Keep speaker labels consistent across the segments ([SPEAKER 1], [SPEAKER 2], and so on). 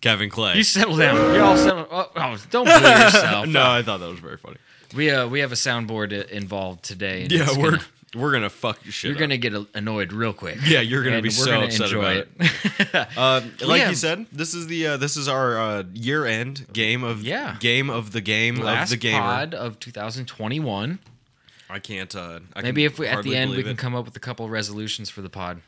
[SPEAKER 1] Kevin Clay.
[SPEAKER 2] you settle down. You all settle. Oh, oh, don't boo yourself.
[SPEAKER 1] no, I thought that was very funny.
[SPEAKER 2] we uh, we have a soundboard i- involved today. and
[SPEAKER 1] Yeah,
[SPEAKER 2] it's
[SPEAKER 1] we're
[SPEAKER 2] gonna-
[SPEAKER 1] we're gonna fuck your shit.
[SPEAKER 2] You're
[SPEAKER 1] up.
[SPEAKER 2] gonna get a- annoyed real quick.
[SPEAKER 1] Yeah, you're gonna
[SPEAKER 2] And
[SPEAKER 1] be
[SPEAKER 2] we're
[SPEAKER 1] so
[SPEAKER 2] gonna
[SPEAKER 1] upset
[SPEAKER 2] enjoy
[SPEAKER 1] about
[SPEAKER 2] it.
[SPEAKER 1] Uh, like you
[SPEAKER 2] have-
[SPEAKER 1] said, this is the uh, this is our uh, year end game of
[SPEAKER 2] Yeah.
[SPEAKER 1] game of the game
[SPEAKER 2] Last
[SPEAKER 1] of the gamer.
[SPEAKER 2] pod of 2021.
[SPEAKER 1] I can't. Uh, I
[SPEAKER 2] Maybe
[SPEAKER 1] can
[SPEAKER 2] if we at
[SPEAKER 1] hardly
[SPEAKER 2] the end we
[SPEAKER 1] believe
[SPEAKER 2] can
[SPEAKER 1] it.
[SPEAKER 2] come up with a couple resolutions for the pod.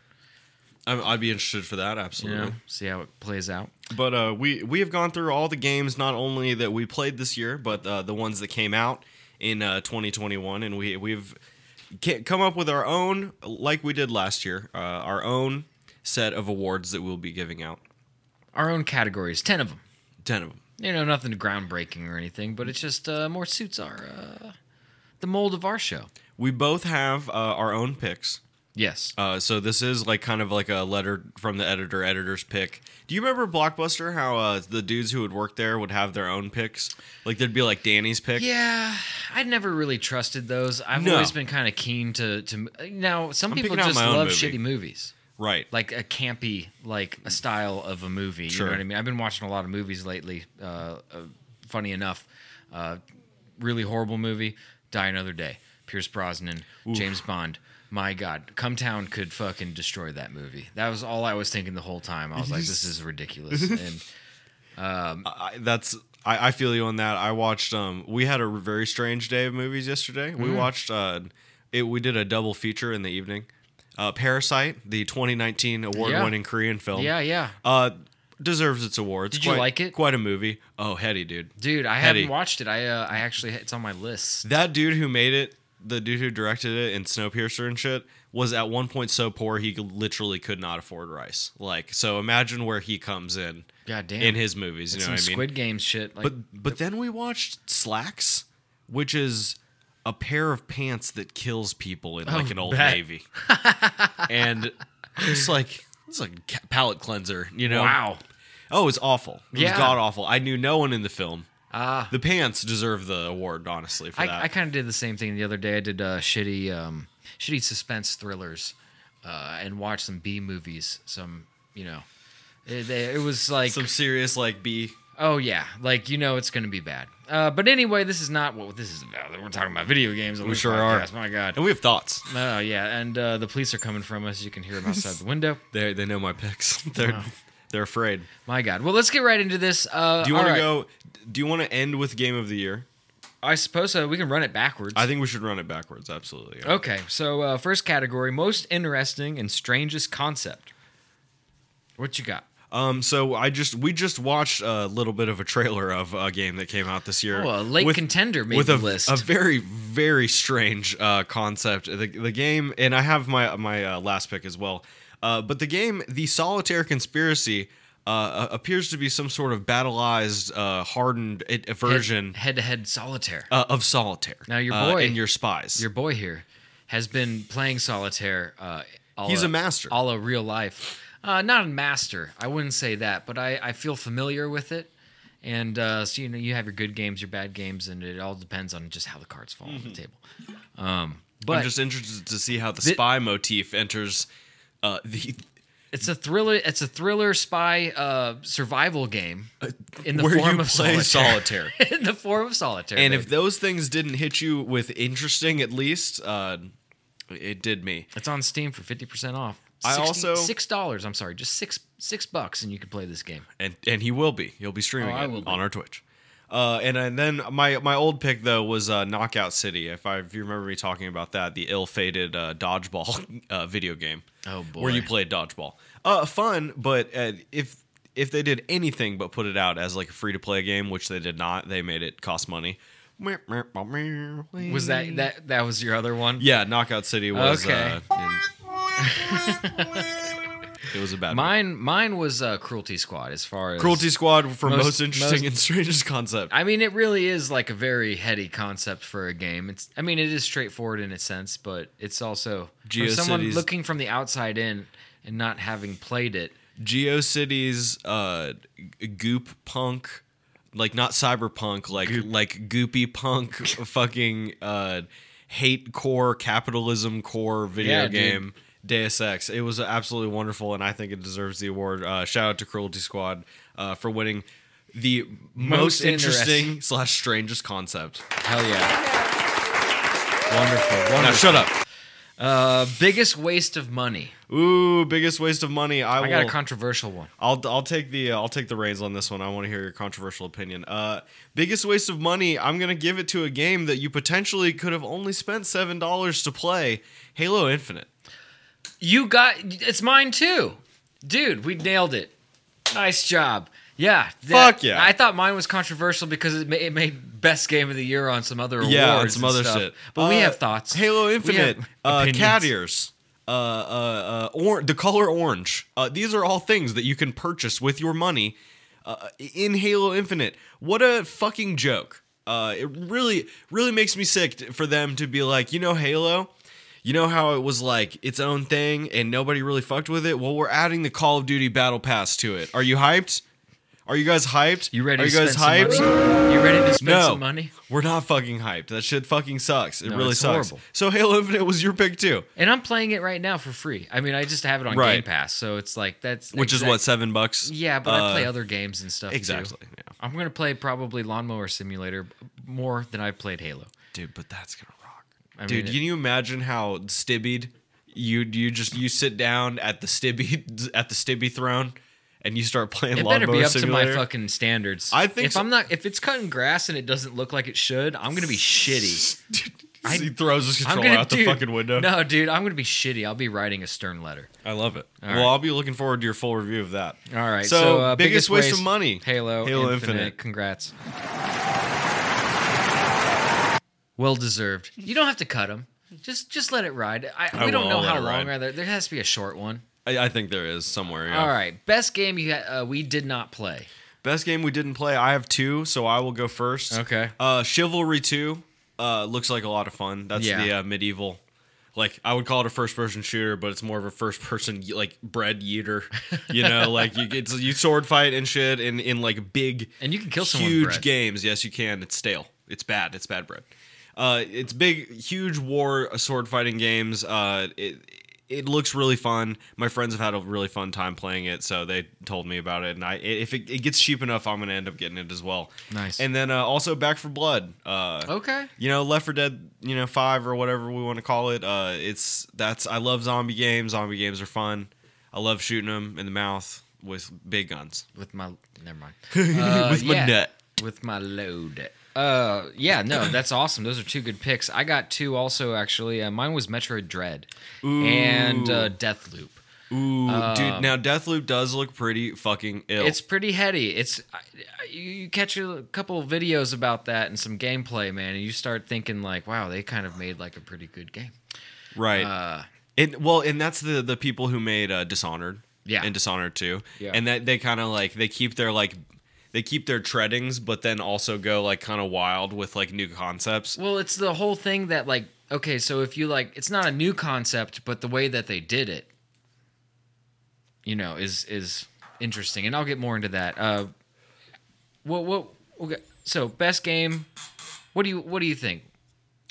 [SPEAKER 1] I'm, I'd be interested for that
[SPEAKER 2] You
[SPEAKER 1] absolutely.
[SPEAKER 2] know, see how it plays out.
[SPEAKER 1] But uh, we we have gone through all the games, not only that we played this year, but uh, the ones that came out in uh, 2021, and we we've ca- come up with our own, like we did last year, uh, our own set of awards that we'll be giving out.
[SPEAKER 2] Our own categories, ten of them.
[SPEAKER 1] Ten of them.
[SPEAKER 2] You know, nothing groundbreaking or anything, but it's just uh, more suits our uh, the mold of our show.
[SPEAKER 1] We both have uh, our own picks.
[SPEAKER 2] Yes.
[SPEAKER 1] Uh, so this is like kind of like a letter from the editor, editor's pick. Do you remember Blockbuster? How uh, the dudes who would work there would have their own picks. Like there'd be like Danny's pick.
[SPEAKER 2] Yeah, I never really trusted those. I've
[SPEAKER 1] No.
[SPEAKER 2] always been kind of keen to to now. Some
[SPEAKER 1] I'm
[SPEAKER 2] people
[SPEAKER 1] picking out
[SPEAKER 2] just
[SPEAKER 1] my own
[SPEAKER 2] love
[SPEAKER 1] movie.
[SPEAKER 2] shitty movies.
[SPEAKER 1] Right.
[SPEAKER 2] like a campy like a style of a movie.
[SPEAKER 1] Sure.
[SPEAKER 2] You know what I mean? I've been watching a lot of movies lately. Uh, uh, funny enough, uh, really horrible movie. Die Another Day. Pierce Brosnan, James Bond. My God, Come Town could fucking destroy that movie. That was all I was thinking the whole time. I was like, this is ridiculous. And
[SPEAKER 1] I, that's I, I feel you on that. I watched um we had a very strange day of movies yesterday. We
[SPEAKER 2] Mm-hmm.
[SPEAKER 1] watched uh it we did a double feature in the evening. Uh Parasite, the 2019 award-winning Korean film.
[SPEAKER 2] yeah, yeah,
[SPEAKER 1] Uh deserves its awards.
[SPEAKER 2] Did you
[SPEAKER 1] Quite-
[SPEAKER 2] like it?
[SPEAKER 1] Quite a movie. Oh, heady dude.
[SPEAKER 2] dude, I
[SPEAKER 1] Petty.
[SPEAKER 2] haven't watched it. I uh, I actually it's on my list.
[SPEAKER 1] That dude who made it, the dude who directed it and Snowpiercer and shit, was at one point so poor he literally could not afford rice. Like, so imagine where he comes in
[SPEAKER 2] God damn.
[SPEAKER 1] in his movies. You
[SPEAKER 2] It's
[SPEAKER 1] know
[SPEAKER 2] some
[SPEAKER 1] what I mean?
[SPEAKER 2] Squid Game shit. Like,
[SPEAKER 1] But but then we watched Slacks, which is a pair of pants that kills people in like an old
[SPEAKER 2] Oh, bet.
[SPEAKER 1] navy. and it's like it's like a ca- palate cleanser, you know.
[SPEAKER 2] wow.
[SPEAKER 1] Oh, it's awful. It was
[SPEAKER 2] Yeah.
[SPEAKER 1] god awful. I knew no one in the film.
[SPEAKER 2] Ah.
[SPEAKER 1] The pants deserve the award, honestly, for that.
[SPEAKER 2] I, I kind of did the same thing the other day. I did uh, shitty, um, shitty suspense thrillers, uh, and watched some B movies. Some, you know, it, they- it was like,
[SPEAKER 1] Some serious like B.
[SPEAKER 2] oh yeah, like you know, it's gonna be bad. Uh, but anyway, this is not what this is about. We're talking about video games. on
[SPEAKER 1] We
[SPEAKER 2] this
[SPEAKER 1] sure are.
[SPEAKER 2] podcast. My God.
[SPEAKER 1] And we have thoughts.
[SPEAKER 2] Oh yeah, and uh, the police are coming from us. You can hear them outside the window.
[SPEAKER 1] They they know my picks. They're they're afraid.
[SPEAKER 2] My God. Well, let's get right into this. Uh,
[SPEAKER 1] Do you
[SPEAKER 2] all
[SPEAKER 1] want
[SPEAKER 2] right.
[SPEAKER 1] to go do you want to end with game of the year?
[SPEAKER 2] I suppose so. We can run it backwards.
[SPEAKER 1] I think we should run it backwards, absolutely.
[SPEAKER 2] Okay, so uh, first category: most interesting and strangest concept. What you got?
[SPEAKER 1] Um, so I just we just watched a little bit of a trailer of a game that came out this year.
[SPEAKER 2] Oh, a late
[SPEAKER 1] with-
[SPEAKER 2] contender made
[SPEAKER 1] with a,
[SPEAKER 2] the list.
[SPEAKER 1] a very very strange uh, concept. The, the game, and I have my my uh, last pick as well. Uh, but the game, the Solitaire Conspiracy, uh, a- appears to be some sort of battleized, uh, hardened it, version
[SPEAKER 2] head to head solitaire.
[SPEAKER 1] uh, of Solitaire.
[SPEAKER 2] Now your
[SPEAKER 1] uh,
[SPEAKER 2] boy-
[SPEAKER 1] and your spies.
[SPEAKER 2] Your boy here has been playing solitaire. Uh, all
[SPEAKER 1] He's
[SPEAKER 2] of-
[SPEAKER 1] a master.
[SPEAKER 2] All of real life. Uh, not a master. I wouldn't say that, but I, I feel familiar with it. And uh, so you know you have your good games, your bad games, and it all depends on just how the cards fall on the table.
[SPEAKER 1] Mm-hmm.
[SPEAKER 2] Um,
[SPEAKER 1] I'm
[SPEAKER 2] but
[SPEAKER 1] just interested to see how the
[SPEAKER 2] Thi-
[SPEAKER 1] spy motif enters uh, the
[SPEAKER 2] it's a thriller. It's a thriller spy uh, survival game in the
[SPEAKER 1] Uh, where
[SPEAKER 2] form
[SPEAKER 1] you
[SPEAKER 2] of
[SPEAKER 1] play
[SPEAKER 2] solitaire. in the form of solitaire.
[SPEAKER 1] And
[SPEAKER 2] baby.
[SPEAKER 1] if those things didn't hit you with interesting, at least, uh, it did me.
[SPEAKER 2] It's on Steam for fifty percent off.
[SPEAKER 1] I
[SPEAKER 2] 60
[SPEAKER 1] also-
[SPEAKER 2] six dollars. I'm sorry, just six six bucks, and you can play this game.
[SPEAKER 1] And and he will be. He'll be streaming
[SPEAKER 2] Oh, I
[SPEAKER 1] it
[SPEAKER 2] will be.
[SPEAKER 1] on our Twitch. Uh, and, and then my my old pick though was uh, Knockout City. If I if you remember me talking about that, the ill-fated uh, dodgeball uh, video game.
[SPEAKER 2] Oh, boy.
[SPEAKER 1] where you played dodgeball. Uh, fun, but uh, if if they did anything but put it out as like a free-to-play game, which they did not, they made it cost money.
[SPEAKER 2] Was that that that was your other one?
[SPEAKER 1] Yeah, Knockout City was.
[SPEAKER 2] Okay.
[SPEAKER 1] Uh, in- it was a bad. one.
[SPEAKER 2] Mine mine was uh, Cruelty Squad as far as
[SPEAKER 1] Cruelty Squad for most,
[SPEAKER 2] Most-
[SPEAKER 1] interesting
[SPEAKER 2] most-
[SPEAKER 1] and strangest concept.
[SPEAKER 2] I mean, it really is like a very heady concept for a game. It's, I mean, it is straightforward in its sense, but it's also for someone
[SPEAKER 1] GeoCities-
[SPEAKER 2] looking from the outside in and not having played it.
[SPEAKER 1] GeoCities, uh, g- goop punk, like not cyberpunk, like like goopy punk, fucking uh, hate core capitalism core video
[SPEAKER 2] Yeah, dude.
[SPEAKER 1] game. Deus Ex. It was absolutely wonderful, and I think it deserves the award. Uh, shout out to Cruelty Squad uh, for winning the most, interesting
[SPEAKER 2] interesting.
[SPEAKER 1] slash strangest concept.
[SPEAKER 2] Hell yeah! Wonderful, wonderful.
[SPEAKER 1] Now shut up.
[SPEAKER 2] Uh, biggest waste of money.
[SPEAKER 1] Ooh, biggest waste of money. I,
[SPEAKER 2] I
[SPEAKER 1] will.
[SPEAKER 2] got a controversial one.
[SPEAKER 1] I'll I'll take the uh, I'll take the reins on this one. I want to hear your controversial opinion. Uh, biggest waste of money. I'm gonna give it to a game that you potentially could have only spent seven dollars to play. Halo Infinite.
[SPEAKER 2] You got it's mine too, dude. We nailed it. Nice job. Yeah. that-
[SPEAKER 1] Fuck yeah.
[SPEAKER 2] I thought mine was controversial because it, ma- it made best game of the year on some other awards.
[SPEAKER 1] yeah, and some other
[SPEAKER 2] stuff.
[SPEAKER 1] shit.
[SPEAKER 2] But we
[SPEAKER 1] Uh,
[SPEAKER 2] have thoughts.
[SPEAKER 1] Halo
[SPEAKER 2] We have
[SPEAKER 1] Infinite. Uh,
[SPEAKER 2] opinions.
[SPEAKER 1] cat ears. Uh, uh, uh, or the color orange. Uh, these are all things that you can purchase with your money uh, in Halo Infinite. What a fucking joke! Uh, it really, really makes me sick t- for them to be like, you know, Halo. You know how it was like its own thing and nobody really fucked with it. Well, we're adding the Call of Duty Battle Pass to it. Are you hyped? Are you guys hyped?
[SPEAKER 2] You ready?
[SPEAKER 1] Are
[SPEAKER 2] to
[SPEAKER 1] you guys
[SPEAKER 2] spend
[SPEAKER 1] hyped?
[SPEAKER 2] Some money? You ready to spend
[SPEAKER 1] No,
[SPEAKER 2] some money?
[SPEAKER 1] we're not fucking hyped. That shit fucking sucks. It
[SPEAKER 2] No,
[SPEAKER 1] really
[SPEAKER 2] it's
[SPEAKER 1] sucks.
[SPEAKER 2] horrible.
[SPEAKER 1] So Halo Infinite was your pick too,
[SPEAKER 2] And I'm playing it right now for free. I mean, I just have it on
[SPEAKER 1] Right.
[SPEAKER 2] Game Pass, so it's like that's
[SPEAKER 1] which is
[SPEAKER 2] exact-
[SPEAKER 1] what seven bucks.
[SPEAKER 2] Yeah, but I play
[SPEAKER 1] Uh,
[SPEAKER 2] other games and stuff. too.
[SPEAKER 1] exactly. Yeah.
[SPEAKER 2] I'm gonna play probably Lawnmower Simulator more than I played Halo.
[SPEAKER 1] dude. But that's gonna rock,
[SPEAKER 2] I
[SPEAKER 1] dude.
[SPEAKER 2] mean,
[SPEAKER 1] can you imagine how stibbied you you just you sit down at the stibby at the stibby throne and you start playing
[SPEAKER 2] It better
[SPEAKER 1] lawnmower
[SPEAKER 2] be up
[SPEAKER 1] simulator?
[SPEAKER 2] to my fucking standards.
[SPEAKER 1] I think
[SPEAKER 2] if
[SPEAKER 1] so-
[SPEAKER 2] I'm not, if it's cutting grass and it doesn't look like it should, I'm gonna be shitty. I-
[SPEAKER 1] he throws his
[SPEAKER 2] I'm
[SPEAKER 1] controller
[SPEAKER 2] gonna
[SPEAKER 1] out the
[SPEAKER 2] dude,
[SPEAKER 1] fucking window.
[SPEAKER 2] No, dude, I'm gonna be shitty. I'll be writing a stern letter.
[SPEAKER 1] I love it.
[SPEAKER 2] All
[SPEAKER 1] well,
[SPEAKER 2] right.
[SPEAKER 1] I'll be looking forward to your full review of that.
[SPEAKER 2] All right.
[SPEAKER 1] So,
[SPEAKER 2] So, uh,
[SPEAKER 1] biggest, waste, of money.
[SPEAKER 2] Halo,
[SPEAKER 1] Halo
[SPEAKER 2] Infinite.
[SPEAKER 1] Infinite.
[SPEAKER 2] Congrats. Well deserved. You don't have to cut them. Just just let it ride. I,
[SPEAKER 1] I
[SPEAKER 2] we don't
[SPEAKER 1] will,
[SPEAKER 2] know
[SPEAKER 1] I'll
[SPEAKER 2] how
[SPEAKER 1] let it
[SPEAKER 2] long.
[SPEAKER 1] ride.
[SPEAKER 2] Either. There has to be a short one.
[SPEAKER 1] I, I think there is somewhere. Yeah.
[SPEAKER 2] All right. Best game you ha- uh, we did not play.
[SPEAKER 1] Best game we didn't play. I have two, so I will go first.
[SPEAKER 2] Okay.
[SPEAKER 1] Uh, Chivalry Two uh, looks like a lot of fun. That's
[SPEAKER 2] Yeah.
[SPEAKER 1] the uh, medieval. Like I would call it a first-person shooter, but it's more of a first-person like bread eater. You know, like you it's, you sword fight and shit in in like big
[SPEAKER 2] And you can kill someone with
[SPEAKER 1] huge
[SPEAKER 2] bread.
[SPEAKER 1] games. Yes, you can. It's stale. It's bad. It's bad bread. Uh, it's big, huge war uh, sword fighting games. Uh, it it looks really fun. My friends have had a really fun time playing it, so they told me about it. And I, if it, it gets cheap enough, I'm gonna end up getting it as well.
[SPEAKER 2] Nice. Oh.
[SPEAKER 1] And then uh, also Back for Blood. Uh,
[SPEAKER 2] Okay.
[SPEAKER 1] you know left for dead you know five or whatever we want to call it uh it's that's i love zombie games zombie games are fun i love shooting them in the mouth with big guns
[SPEAKER 2] With my never mind. Uh,
[SPEAKER 1] With my nut.
[SPEAKER 2] With my load. Uh, yeah, no, that's awesome. Those are two good picks. I got two also actually. Uh, mine was Metroid Dread and uh, Deathloop.
[SPEAKER 1] ooh dude now deathloop does look pretty fucking ill
[SPEAKER 2] Um, It's pretty heady. It's I- I- you you catch a couple of videos about that and some gameplay, man, and you start thinking like, wow, they kind of made like a pretty good game.
[SPEAKER 1] right
[SPEAKER 2] Uh,
[SPEAKER 1] It well, and that's the the people who made uh, Dishonored,
[SPEAKER 2] Yeah.
[SPEAKER 1] and Dishonored Two,
[SPEAKER 2] Yeah.
[SPEAKER 1] and that they kind of like they keep their like they keep their treadings, but then also go like kind of wild with like new concepts.
[SPEAKER 2] Well, it's the whole thing that like okay, so if you like it's not a new concept, but the way that they did it you know is is interesting and I'll get more into that. Uh what what okay, so best game what do you what do you think?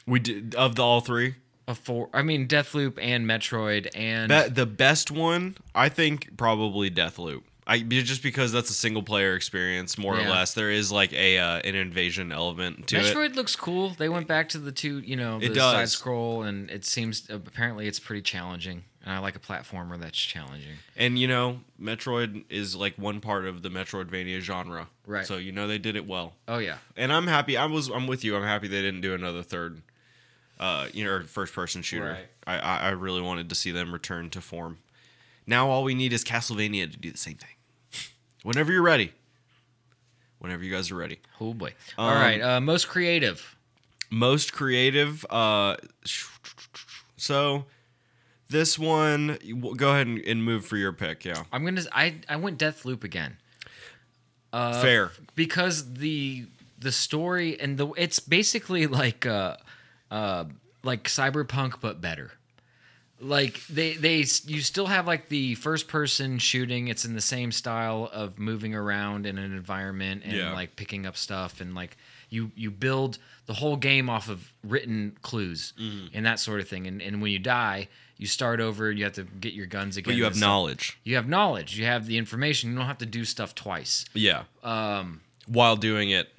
[SPEAKER 1] We did of the all three.
[SPEAKER 2] A four I mean Deathloop and Metroid and
[SPEAKER 1] Be- the best one, I think, probably Deathloop. I be- just because that's a single player experience more or
[SPEAKER 2] Yeah.
[SPEAKER 1] less. There is like a uh, an invasion element to it.
[SPEAKER 2] Metroid looks cool. They went back to the two, you know,
[SPEAKER 1] It
[SPEAKER 2] the
[SPEAKER 1] does.
[SPEAKER 2] side scroll, and it seems apparently it's pretty challenging. And I like a platformer that's challenging.
[SPEAKER 1] And you know, Metroid is like one part of the Metroidvania genre.
[SPEAKER 2] Right.
[SPEAKER 1] So you know they did it well.
[SPEAKER 2] Oh yeah,
[SPEAKER 1] And I'm happy. I was. I'm with you. I'm happy they didn't do another third, uh, you know, first person shooter. I,
[SPEAKER 2] Right.
[SPEAKER 1] I I really wanted to see them return to form. Now all we need is Castlevania to do the same thing. Whenever you're ready. Whenever you guys are ready.
[SPEAKER 2] oh boy. All
[SPEAKER 1] Um,
[SPEAKER 2] right, uh, most creative.
[SPEAKER 1] most creative uh so this one w- go ahead and, and move for your pick yeah
[SPEAKER 2] I'm gonna. I I went Death Loop again Uh,
[SPEAKER 1] fair
[SPEAKER 2] because the the story and the it's basically like uh uh like cyberpunk but better. Like they they s- you still have like the first person shooting. It's in the same style of moving around in an environment and
[SPEAKER 1] Yeah.
[SPEAKER 2] like picking up stuff and like you you build the whole game off of written clues
[SPEAKER 1] Mm-hmm.
[SPEAKER 2] and that sort of thing. And and when you die, you start over. You have to get your guns again.
[SPEAKER 1] but you
[SPEAKER 2] and
[SPEAKER 1] have
[SPEAKER 2] stuff.
[SPEAKER 1] knowledge
[SPEAKER 2] You have knowledge. You have the information. You don't have to do stuff twice.
[SPEAKER 1] yeah um while doing it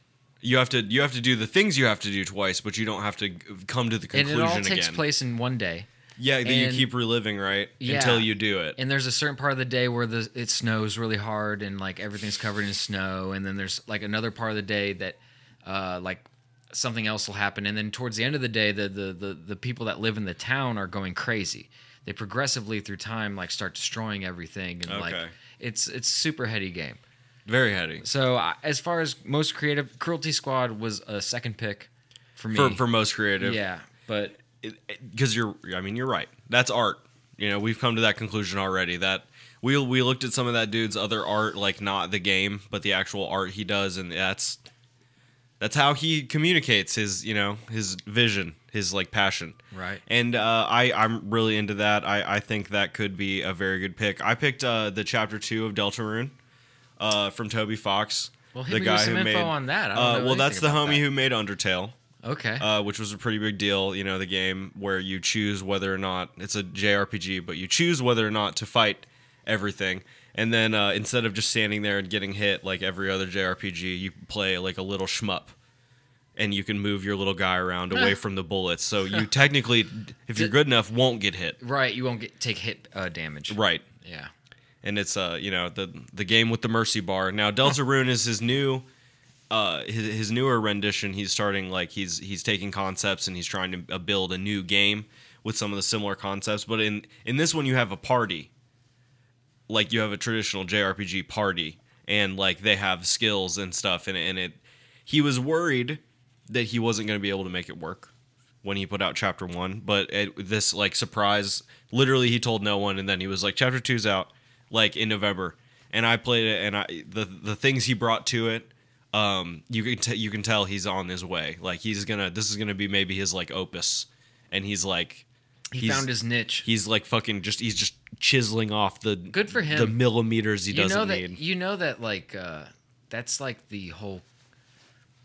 [SPEAKER 1] you have to you have to do the things you have to do twice but you don't have to g- come to the
[SPEAKER 2] And
[SPEAKER 1] conclusion
[SPEAKER 2] it all takes
[SPEAKER 1] again
[SPEAKER 2] place in one day.
[SPEAKER 1] yeah that
[SPEAKER 2] and-
[SPEAKER 1] you keep reliving right
[SPEAKER 2] Yeah.
[SPEAKER 1] until you do it
[SPEAKER 2] And there's a certain part of the day where the it snows really hard and like everything's covered in snow. And then there's like another part of the day that uh, like something else will happen. And then towards the end of the day, the the the, the people that live in the town are going crazy. They progressively through time like start destroying everything and like
[SPEAKER 1] Okay.
[SPEAKER 2] it's it's super heady game.
[SPEAKER 1] very heady
[SPEAKER 2] So I- as far as most creative, Cruelty Squad was a second pick for me.
[SPEAKER 1] for, for most creative
[SPEAKER 2] yeah, but
[SPEAKER 1] because you're i mean you're right that's art you know we've come to that conclusion already that we we looked at some of that dude's other art like not the game but the actual art he does and that's that's how he communicates his you know his vision his like passion
[SPEAKER 2] Right.
[SPEAKER 1] and uh, i i'm really into that i i think that could be a very good pick i picked uh the chapter two of deltarune uh from toby fox
[SPEAKER 2] Well, hit
[SPEAKER 1] the
[SPEAKER 2] me with
[SPEAKER 1] guy
[SPEAKER 2] some
[SPEAKER 1] who
[SPEAKER 2] info
[SPEAKER 1] made
[SPEAKER 2] on that. I don't
[SPEAKER 1] uh,
[SPEAKER 2] know
[SPEAKER 1] well that's
[SPEAKER 2] anything
[SPEAKER 1] the
[SPEAKER 2] about
[SPEAKER 1] homie
[SPEAKER 2] that.
[SPEAKER 1] who made undertale
[SPEAKER 2] Okay.
[SPEAKER 1] uh, which was a pretty big deal. You know, the game where you choose whether or not it's a JRPG, but you choose whether or not to fight everything. And then uh, instead of just standing there and getting hit like every other JRPG, you play like a little shmup, and you can move your little guy around away from the bullets. So you technically, if you're good enough, won't get hit.
[SPEAKER 2] right, you won't get take hit uh, damage.
[SPEAKER 1] Right.
[SPEAKER 2] Yeah.
[SPEAKER 1] and it's uh you know the the game with the mercy bar. Now Deltarune is his new uh his, his newer rendition. He's starting like he's he's taking concepts and he's trying to uh, build a new game with some of the similar concepts. But in in this one you have a party, like you have a traditional JRPG party, and like they have skills and stuff. And and it he was worried that he wasn't going to be able to make it work when he put out chapter one. But it, this like surprise, literally, he told no one, and then he was like, chapter two's out like in November, and I played it, and I the the things he brought to it. Um, you can t- you can tell he's on his way. Like he's gonna. This is gonna be maybe his like opus, and he's like,
[SPEAKER 2] He
[SPEAKER 1] He's-
[SPEAKER 2] found his niche.
[SPEAKER 1] he's like fucking just he's just chiseling off the good
[SPEAKER 2] for him.
[SPEAKER 1] the millimeters he
[SPEAKER 2] you
[SPEAKER 1] doesn't
[SPEAKER 2] know that
[SPEAKER 1] need.
[SPEAKER 2] you know that like uh, that's like the whole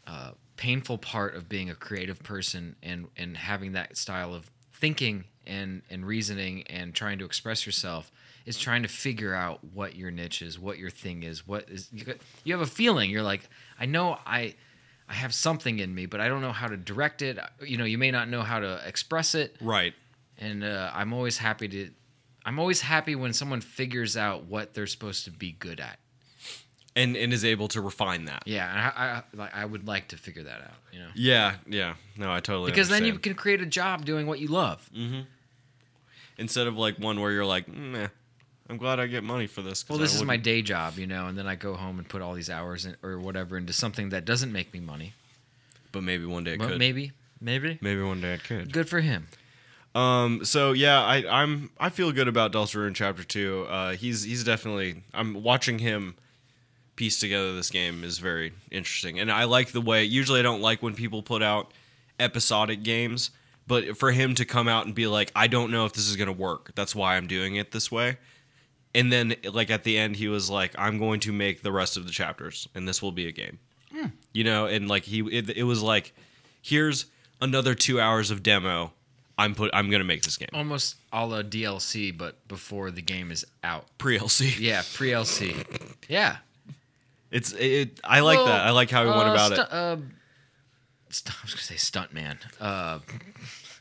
[SPEAKER 2] uh, painful part of being a creative person and and having that style of thinking and and reasoning and trying to express yourself is trying to figure out what your niche is, what your thing is, what is you got- you have a feeling you're like I know I I have something in me, but I don't know how to direct it. You know, you may not know how to express it
[SPEAKER 1] right.
[SPEAKER 2] and uh, I'm always happy to. I'm always happy when someone figures out what they're supposed to be good at.
[SPEAKER 1] And and is able to refine that.
[SPEAKER 2] Yeah, and I, I like I would like to figure that out, you know,
[SPEAKER 1] Yeah, yeah. No, I totally
[SPEAKER 2] because then you
[SPEAKER 1] understand.
[SPEAKER 2] can create a job doing what you love.
[SPEAKER 1] Mm, instead of like one where you're like, meh, I'm glad I get money for this. 'cause
[SPEAKER 2] Well,
[SPEAKER 1] I
[SPEAKER 2] this is my
[SPEAKER 1] wouldn't."
[SPEAKER 2] day job, you know, and then I go home and put all these hours in, or whatever into something that doesn't make me money.
[SPEAKER 1] But maybe one day it
[SPEAKER 2] But
[SPEAKER 1] could. Maybe.
[SPEAKER 2] maybe, maybe
[SPEAKER 1] one day it could.
[SPEAKER 2] good for him.
[SPEAKER 1] Um. So yeah, I I'm I feel good about Deltarune Chapter Two. Uh, he's he's definitely I'm watching him piece together this game is very interesting, and I like the way. Usually, I don't like when people put out episodic games, but for him to come out and be like, I don't know if this is gonna work. That's why I'm doing it this way. And then, like at the end, he was like, "I'm going to make the rest of the chapters, and this will be a game."
[SPEAKER 2] Hmm.
[SPEAKER 1] You know, and like he, it, it was like, "Here's another two hours of demo I'm put. I'm gonna make this game
[SPEAKER 2] Almost a la DLC, but before the game is out.
[SPEAKER 1] pre LC.
[SPEAKER 2] Yeah, pre LC. Yeah.
[SPEAKER 1] It's it. I like that. I like how he went about it.
[SPEAKER 2] Uh, stu- I was gonna say stuntman. Uh,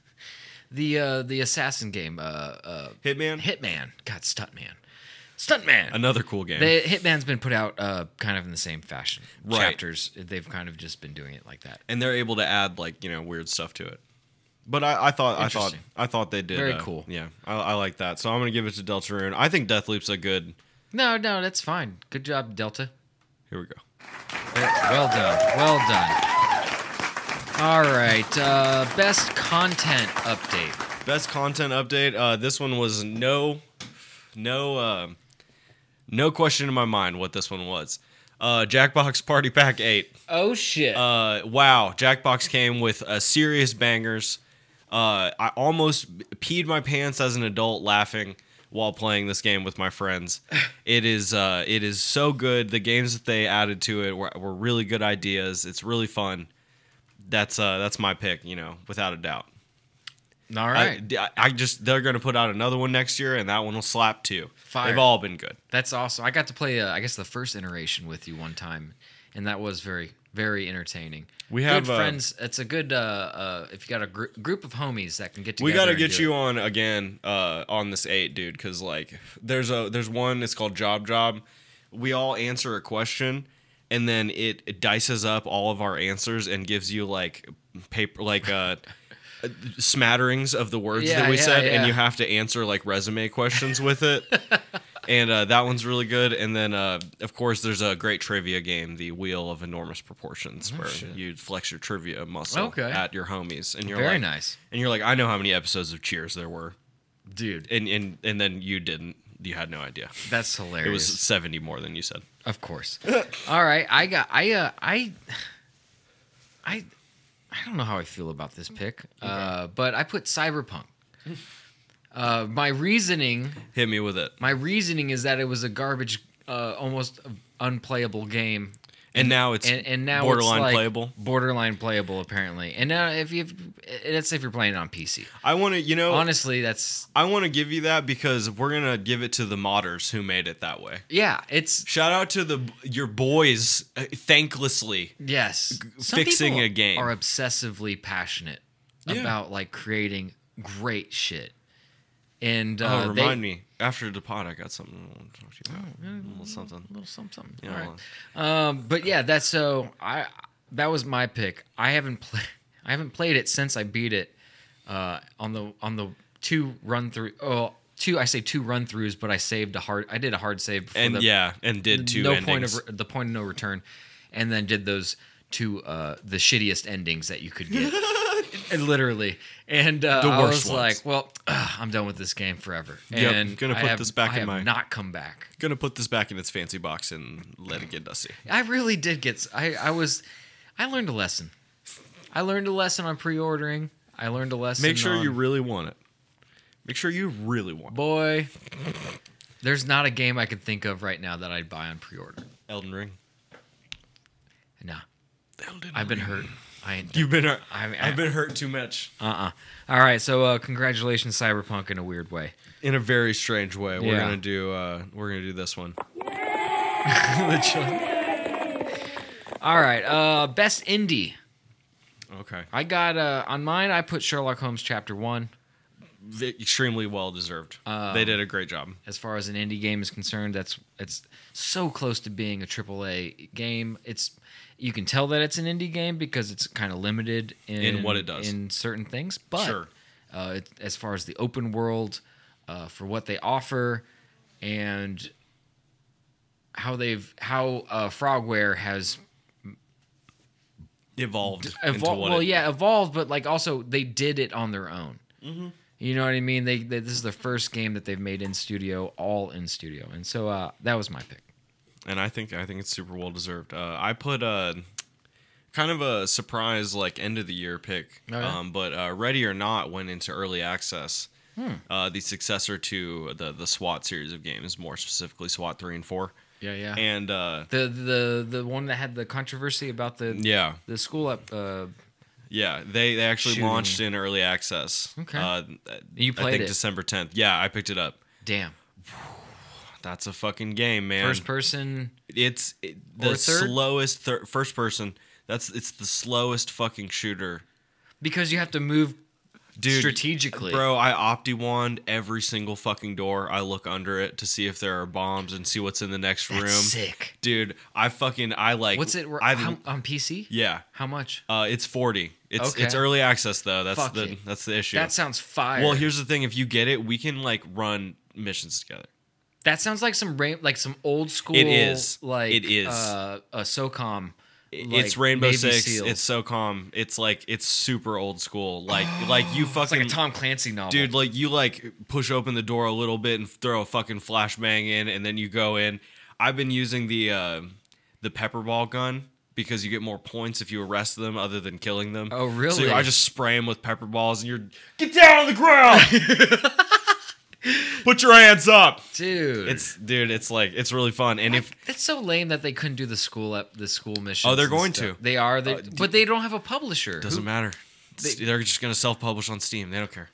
[SPEAKER 2] the uh, the assassin game. Uh, uh,
[SPEAKER 1] Hitman,
[SPEAKER 2] Hitman. God, stuntman. Stuntman.
[SPEAKER 1] another cool game.
[SPEAKER 2] The Hitman's been put out uh, kind of in the same fashion.
[SPEAKER 1] Right.
[SPEAKER 2] Chapters. They've kind of just been doing it like that.
[SPEAKER 1] and they're able to add like you know weird stuff to it. But I, I thought I thought
[SPEAKER 2] Interesting.
[SPEAKER 1] I thought they did
[SPEAKER 2] Very
[SPEAKER 1] uh,
[SPEAKER 2] cool.
[SPEAKER 1] Yeah, I, I like that. So I'm gonna give it to Deltarune. I think Deathloop's a good.
[SPEAKER 2] No, no, that's fine. Good job, Delta.
[SPEAKER 1] Here we go.
[SPEAKER 2] Well done. Well done. All right. Uh, best content update.
[SPEAKER 1] Best content update. Uh, this one was no, no, uh, no question in my mind what this one was. Uh, Jackbox Party Pack Eight.
[SPEAKER 2] Oh shit.
[SPEAKER 1] Uh, wow, Jackbox came with uh, serious bangers. Uh, I almost peed my pants as an adult laughing while playing this game with my friends. It is uh, it is so good. The games that they added to it were, were really good ideas. It's really fun. That's uh, that's my pick. You know, without a doubt.
[SPEAKER 2] All
[SPEAKER 1] I-
[SPEAKER 2] right.
[SPEAKER 1] d- I, I just they're gonna put out another one next year, and that one will slap too.
[SPEAKER 2] Fire.
[SPEAKER 1] They've all been good.
[SPEAKER 2] That's awesome. I got to play, uh, I guess, the first iteration with you one time, and that was very, very entertaining.
[SPEAKER 1] We
[SPEAKER 2] Good
[SPEAKER 1] have, uh,
[SPEAKER 2] friends. It's a good uh, uh, if you got a gr- group of homies that can get together.
[SPEAKER 1] We gotta
[SPEAKER 2] and
[SPEAKER 1] get
[SPEAKER 2] do
[SPEAKER 1] you
[SPEAKER 2] it.
[SPEAKER 1] on again uh, on this eight, dude, because like there's a there's one. It's called Job Job. We all answer a question, and then it, it dices up all of our answers and gives you like paper like uh, smatterings of the words
[SPEAKER 2] Yeah,
[SPEAKER 1] that we
[SPEAKER 2] yeah,
[SPEAKER 1] said,
[SPEAKER 2] yeah.
[SPEAKER 1] and you have to answer like resume questions with it. And uh, that one's really good. And then, uh, of course, there's a great trivia game, the Wheel of Enormous Proportions, where you flex your trivia muscle
[SPEAKER 2] Oh, Okay.
[SPEAKER 1] at your homies, and you're
[SPEAKER 2] Very
[SPEAKER 1] like,
[SPEAKER 2] nice,
[SPEAKER 1] and you're like, I know how many episodes of Cheers there were,
[SPEAKER 2] dude.
[SPEAKER 1] and and and then you didn't. You had no idea.
[SPEAKER 2] That's
[SPEAKER 1] It
[SPEAKER 2] hilarious.
[SPEAKER 1] was seventy more than you said.
[SPEAKER 2] Of course. All right, I got I uh, I I I don't know how I feel about this pick, uh, but I put Cyberpunk. Uh, my reasoning,
[SPEAKER 1] Hit me with it,
[SPEAKER 2] my reasoning is that it was a garbage, uh, almost unplayable game,
[SPEAKER 1] and now it's
[SPEAKER 2] and, and now
[SPEAKER 1] borderline
[SPEAKER 2] it's like
[SPEAKER 1] playable.
[SPEAKER 2] borderline playable apparently. And now if you, that's if you're playing it on PC.
[SPEAKER 1] I want to, you know,
[SPEAKER 2] Honestly, that's
[SPEAKER 1] I want to give you that because we're gonna give it to the modders who made it that way.
[SPEAKER 2] yeah, it's
[SPEAKER 1] Shout out to the your boys, uh, thanklessly.
[SPEAKER 2] Yes.
[SPEAKER 1] fixing
[SPEAKER 2] people
[SPEAKER 1] a game.
[SPEAKER 2] Are obsessively passionate
[SPEAKER 1] Yeah.
[SPEAKER 2] about like creating great shit. And uh,
[SPEAKER 1] oh,
[SPEAKER 2] they-
[SPEAKER 1] remind me after the pod, I got something I want to talk to you about. a little something.
[SPEAKER 2] little something. something.
[SPEAKER 1] Yeah,
[SPEAKER 2] All right. Um, but yeah, that's so I that was my pick. I haven't played I haven't played it since I beat it uh, on the on the two run through. Oh, two I say two run throughs, but I saved a hard. I did a hard save. Before
[SPEAKER 1] and
[SPEAKER 2] the,
[SPEAKER 1] yeah, and did two
[SPEAKER 2] no
[SPEAKER 1] endings.
[SPEAKER 2] point of the point of no return, and then did those two uh, the shittiest endings that you could get, And literally. And uh,
[SPEAKER 1] The
[SPEAKER 2] I
[SPEAKER 1] worst
[SPEAKER 2] was
[SPEAKER 1] ones.
[SPEAKER 2] like, well, ugh, I'm done with this game forever.
[SPEAKER 1] Yep,
[SPEAKER 2] and
[SPEAKER 1] gonna
[SPEAKER 2] I
[SPEAKER 1] put
[SPEAKER 2] have-
[SPEAKER 1] this back
[SPEAKER 2] I
[SPEAKER 1] in
[SPEAKER 2] have
[SPEAKER 1] my-
[SPEAKER 2] not come back.
[SPEAKER 1] Gonna put this back in its fancy box and let it get dusty.
[SPEAKER 2] I really did get. s- I I was, I learned a lesson. I learned a lesson on pre-ordering. I learned a lesson.
[SPEAKER 1] Make sure
[SPEAKER 2] on-
[SPEAKER 1] you really want it. Make sure you really want it.
[SPEAKER 2] boy. There's not a game I can think of right now that I'd buy on pre-order.
[SPEAKER 1] Elden Ring.
[SPEAKER 2] Nah, I've been hurt. I ain't.
[SPEAKER 1] You've been hurt.
[SPEAKER 2] I mean, I-
[SPEAKER 1] I've been hurt too much.
[SPEAKER 2] Uh-uh. All right, so uh, congratulations, Cyberpunk, in a weird way.
[SPEAKER 1] In a very strange way. We're
[SPEAKER 2] Yeah.
[SPEAKER 1] gonna do. Uh, we're gonna do this one.
[SPEAKER 2] All right, uh, best indie.
[SPEAKER 1] Okay.
[SPEAKER 2] I got uh, on mine. I put Sherlock Holmes Chapter One.
[SPEAKER 1] V- Extremely well deserved. they did a great job.
[SPEAKER 2] As far as an indie game is concerned, that's it's so close to being a AAA game. It's you can tell that it's an indie game because it's kind of limited in,
[SPEAKER 1] In what it does.
[SPEAKER 2] in certain things. But
[SPEAKER 1] Sure.
[SPEAKER 2] uh, it, as far as the open world, uh, for what they offer, and how they've how uh, Frogware has
[SPEAKER 1] Evolved. into
[SPEAKER 2] evolved.
[SPEAKER 1] what
[SPEAKER 2] Well,
[SPEAKER 1] it-
[SPEAKER 2] yeah, evolved, but like also they did it on their own.
[SPEAKER 1] Mm-hmm.
[SPEAKER 2] You know what I mean? They, they this is the first game that they've made in studio, all in studio, and so uh, that was my pick.
[SPEAKER 1] and I think I think it's super well deserved. Uh, I put a kind of a surprise like end of the year pick,
[SPEAKER 2] Oh, yeah?
[SPEAKER 1] um, but uh, Ready or Not went into early access,
[SPEAKER 2] Hmm.
[SPEAKER 1] uh, the successor to the the SWAT series of games, more specifically SWAT three and four,
[SPEAKER 2] Yeah, yeah.
[SPEAKER 1] and uh,
[SPEAKER 2] the the the one that had the controversy about the
[SPEAKER 1] yeah,
[SPEAKER 2] the school up uh,
[SPEAKER 1] Yeah, they they actually
[SPEAKER 2] Shooting.
[SPEAKER 1] launched in early access.
[SPEAKER 2] Okay.
[SPEAKER 1] uh,
[SPEAKER 2] You
[SPEAKER 1] I
[SPEAKER 2] played
[SPEAKER 1] think
[SPEAKER 2] it.
[SPEAKER 1] December tenth. Yeah, I picked it up.
[SPEAKER 2] Damn.
[SPEAKER 1] That's a fucking game, man.
[SPEAKER 2] First person.
[SPEAKER 1] it's it, the
[SPEAKER 2] Or third?
[SPEAKER 1] slowest thir- first person. That's it's the slowest fucking shooter,
[SPEAKER 2] Because you have to move
[SPEAKER 1] dude.
[SPEAKER 2] strategically.
[SPEAKER 1] Bro, I opti wand every single fucking door. I look under it to see if there are bombs and see what's in the next
[SPEAKER 2] That's
[SPEAKER 1] room.
[SPEAKER 2] sick.
[SPEAKER 1] Dude, I fucking I like.
[SPEAKER 2] What's it?
[SPEAKER 1] I
[SPEAKER 2] How, on PC?
[SPEAKER 1] yeah.
[SPEAKER 2] How much?
[SPEAKER 1] Uh, it's forty. It's
[SPEAKER 2] Okay.
[SPEAKER 1] it's early access though. That's
[SPEAKER 2] Fuck
[SPEAKER 1] the
[SPEAKER 2] it.
[SPEAKER 1] that's the issue.
[SPEAKER 2] That sounds fire.
[SPEAKER 1] Well, here's the thing: if you get it, we can like run missions together.
[SPEAKER 2] that sounds like some rain, like some old school.
[SPEAKER 1] It is.
[SPEAKER 2] like
[SPEAKER 1] It is.
[SPEAKER 2] uh, a SOCOM.
[SPEAKER 1] it's
[SPEAKER 2] like,
[SPEAKER 1] Rainbow
[SPEAKER 2] Navy
[SPEAKER 1] Six.
[SPEAKER 2] SEALs.
[SPEAKER 1] It's so calm. It's like it's super old school. Like like you
[SPEAKER 2] It's like
[SPEAKER 1] fucking
[SPEAKER 2] a Tom Clancy novel,
[SPEAKER 1] dude. Like you like push open the door a little bit and throw a fucking flashbang in, and then you go in. I've been using the uh, the pepper ball gun because you get more points if you arrest them other than killing them.
[SPEAKER 2] Oh,
[SPEAKER 1] So
[SPEAKER 2] really?
[SPEAKER 1] I just spray them with pepper balls, and you're get down on the ground. Put your hands up.
[SPEAKER 2] Dude,
[SPEAKER 1] It's dude. It's like it's really fun, and if
[SPEAKER 2] That's so lame that they couldn't do the school up the school mission.
[SPEAKER 1] Oh, they're going to.
[SPEAKER 2] They are. They,
[SPEAKER 1] d-
[SPEAKER 2] but they don't have a publisher.
[SPEAKER 1] Doesn't
[SPEAKER 2] Who-
[SPEAKER 1] matter. They, are just gonna self-publish on Steam. They don't care.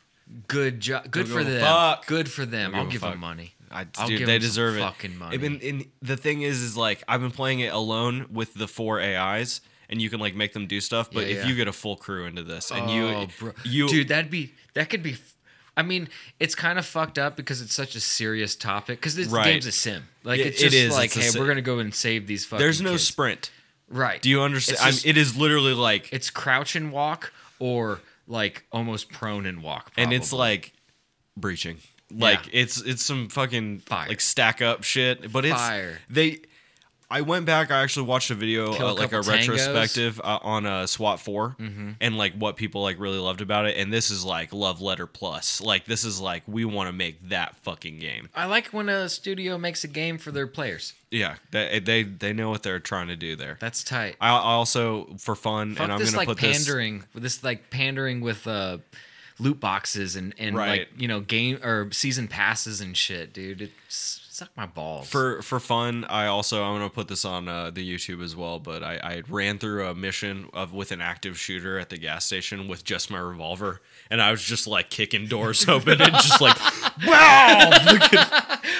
[SPEAKER 2] Good job. Good
[SPEAKER 1] Don't
[SPEAKER 2] for
[SPEAKER 1] give a
[SPEAKER 2] them.
[SPEAKER 1] fuck.
[SPEAKER 2] Good for them.
[SPEAKER 1] Don't
[SPEAKER 2] I'll
[SPEAKER 1] give a
[SPEAKER 2] give
[SPEAKER 1] fuck.
[SPEAKER 2] them money.
[SPEAKER 1] I,
[SPEAKER 2] I'll
[SPEAKER 1] dude,
[SPEAKER 2] give
[SPEAKER 1] they
[SPEAKER 2] them some
[SPEAKER 1] deserve it.
[SPEAKER 2] fucking money.
[SPEAKER 1] I mean, and the thing is, is like I've been playing it alone with the four AIs, and you can like make them do stuff. But
[SPEAKER 2] Yeah,
[SPEAKER 1] if
[SPEAKER 2] yeah.
[SPEAKER 1] you get a full crew into this, and
[SPEAKER 2] Oh,
[SPEAKER 1] you,
[SPEAKER 2] bro.
[SPEAKER 1] you,
[SPEAKER 2] dude, that'd be that could be. f- I mean, it's kind of fucked up because it's such a serious topic. Because this
[SPEAKER 1] Right.
[SPEAKER 2] game's a sim. Like
[SPEAKER 1] Yeah,
[SPEAKER 2] it's
[SPEAKER 1] it
[SPEAKER 2] just
[SPEAKER 1] is.
[SPEAKER 2] like,
[SPEAKER 1] It's a
[SPEAKER 2] hey,
[SPEAKER 1] sim.
[SPEAKER 2] we're gonna go and save these fucking.
[SPEAKER 1] there's no
[SPEAKER 2] kids.
[SPEAKER 1] sprint.
[SPEAKER 2] right.
[SPEAKER 1] Do you understand?
[SPEAKER 2] It's
[SPEAKER 1] I'm,
[SPEAKER 2] just-
[SPEAKER 1] it is literally like,
[SPEAKER 2] It's crouch and walk, or like almost prone and walk.
[SPEAKER 1] and it's
[SPEAKER 2] probably.
[SPEAKER 1] like breaching. Like it's it's some fucking
[SPEAKER 2] Fire.
[SPEAKER 1] like stack up shit. But it's
[SPEAKER 2] Fire.
[SPEAKER 1] they. I went back. I actually watched a video,
[SPEAKER 2] Kill a
[SPEAKER 1] uh, like a
[SPEAKER 2] couple tangos. Mm-hmm.
[SPEAKER 1] retrospective uh, on uh, SWAT 4 and like what people like really loved about it. And this is like love letter plus. Like this is like we want to make that fucking game.
[SPEAKER 2] I like when a studio makes a game for their players.
[SPEAKER 1] Yeah, they they, they know what they're trying to do there.
[SPEAKER 2] That's tight.
[SPEAKER 1] I, I also for fun,
[SPEAKER 2] Fuck
[SPEAKER 1] and I'm
[SPEAKER 2] this
[SPEAKER 1] gonna
[SPEAKER 2] like
[SPEAKER 1] put this.
[SPEAKER 2] pandering, this... like pandering with uh, loot boxes and and
[SPEAKER 1] Right.
[SPEAKER 2] like you know game or season passes and shit, dude. It s- suck my balls.
[SPEAKER 1] For for fun, I also I'm gonna put this on uh, the YouTube as well. But I, I ran through a mission of with an active shooter at the gas station with just my revolver, and I was just like kicking doors open and just like, wow,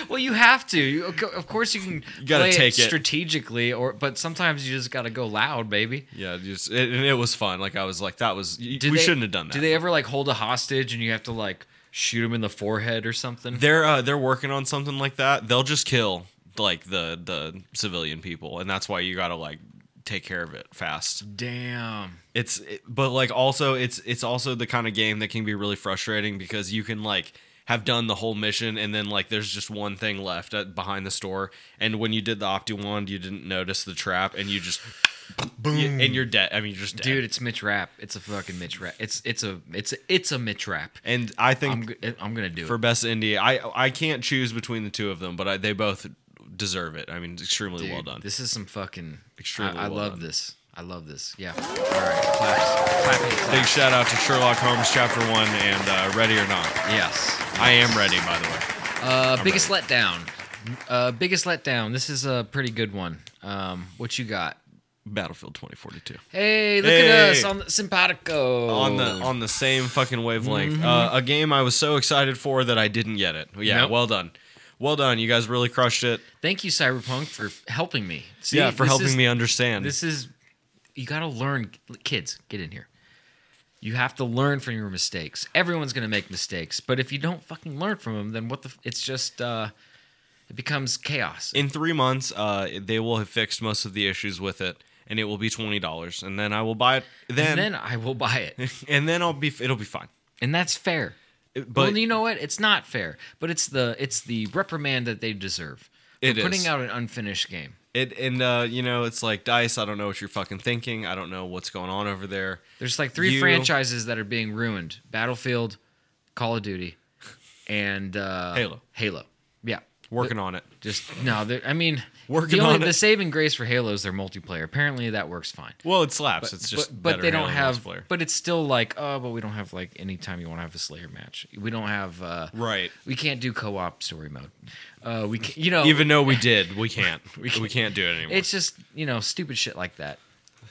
[SPEAKER 2] well, you have to. You, of course, you can.
[SPEAKER 1] You gotta
[SPEAKER 2] play
[SPEAKER 1] take it.
[SPEAKER 2] strategically, or but sometimes you just gotta go loud, baby.
[SPEAKER 1] yeah, just it, and it was fun. Like I was like, that was y
[SPEAKER 2] Do
[SPEAKER 1] we
[SPEAKER 2] they-
[SPEAKER 1] shouldn't have done that.
[SPEAKER 2] Do they ever like hold a hostage and you have to like shoot him in the forehead or something?
[SPEAKER 1] they're uh, they're working on something like that. They'll just kill like the the civilian people, and that's why you gotta like take care of it fast.
[SPEAKER 2] Damn.
[SPEAKER 1] it's but like also it's it's also the kind of game that can be really frustrating because you can like have done the whole mission and then like there's just one thing left at, behind the store and when you did the opti wand you didn't notice the trap and you just boom and you're dead i mean you're just dead
[SPEAKER 2] Dude, it's Mitch Rap. It's a fucking Mitch Rap. It's it's a it's a, it's a Mitch Rap.
[SPEAKER 1] and i
[SPEAKER 2] I'm
[SPEAKER 1] think
[SPEAKER 2] go- I'm gonna do
[SPEAKER 1] for
[SPEAKER 2] it.
[SPEAKER 1] best indie i i can't choose between the two of them but I, they both deserve it i mean it's extremely well
[SPEAKER 2] Dude,
[SPEAKER 1] done
[SPEAKER 2] This is some fucking.
[SPEAKER 1] Extremely
[SPEAKER 2] I, I
[SPEAKER 1] well
[SPEAKER 2] love
[SPEAKER 1] done.
[SPEAKER 2] this. I love this. Yeah. All right. Claps. Clap it, clap.
[SPEAKER 1] big shout out to sherlock holmes chapter one and uh, ready or not
[SPEAKER 2] Yes.
[SPEAKER 1] i am ready by the way
[SPEAKER 2] Uh, biggest letdown. Uh, biggest letdown. This is a pretty good one. Um, what you got?
[SPEAKER 1] battlefield 2042
[SPEAKER 2] Hey, look
[SPEAKER 1] Hey.
[SPEAKER 2] at us on the simpatico.
[SPEAKER 1] on the
[SPEAKER 2] Oh.
[SPEAKER 1] on the same fucking wavelength.
[SPEAKER 2] Mm-hmm.
[SPEAKER 1] Uh, a game I was so excited for that I didn't get it. Yeah,
[SPEAKER 2] Nope.
[SPEAKER 1] well done, well done. You guys really crushed it.
[SPEAKER 2] Thank you, Cyberpunk, for f- helping me. See,
[SPEAKER 1] yeah, for
[SPEAKER 2] this
[SPEAKER 1] helping
[SPEAKER 2] is-
[SPEAKER 1] me understand.
[SPEAKER 2] This is. You gotta learn, kids. Get in here. You have to learn from your mistakes. Everyone's gonna make mistakes, but if you don't fucking learn from them, then what the? f- It's just. uh It becomes chaos.
[SPEAKER 1] In three months, uh, they will have fixed most of the issues with it, and it will be twenty dollars. And then I will buy it. Then
[SPEAKER 2] and then I will buy it,
[SPEAKER 1] I'll be it'll be fine.
[SPEAKER 2] and that's fair.
[SPEAKER 1] It- But
[SPEAKER 2] But well, you know what? It's not fair, but it's the it's the reprimand that they deserve for
[SPEAKER 1] It is.
[SPEAKER 2] putting out an unfinished game.
[SPEAKER 1] it and uh, you know it's like dice. I don't know what you're fucking thinking. I don't know what's going on over there.
[SPEAKER 2] There's like three
[SPEAKER 1] You-
[SPEAKER 2] franchises that are being ruined: Battlefield, Call of Duty, and uh,
[SPEAKER 1] Halo.
[SPEAKER 2] Halo. Yeah.
[SPEAKER 1] Working on it.
[SPEAKER 2] Just no. they're- I mean,
[SPEAKER 1] Working
[SPEAKER 2] the, only,
[SPEAKER 1] on it.
[SPEAKER 2] the saving grace for Halo is their multiplayer. Apparently, that works fine.
[SPEAKER 1] Well, it slaps. it's just
[SPEAKER 2] but, but
[SPEAKER 1] better
[SPEAKER 2] they don't
[SPEAKER 1] Halo
[SPEAKER 2] have.
[SPEAKER 1] multiplayer.
[SPEAKER 2] But it's still like, oh, but we don't have like any time you want to have a Slayer match. We don't have. Uh,
[SPEAKER 1] Right.
[SPEAKER 2] We can't do co-op story mode. Uh, we can, you know,
[SPEAKER 1] Even though we did, we can't. we, can't. do it anymore.
[SPEAKER 2] It's just you know stupid shit like that.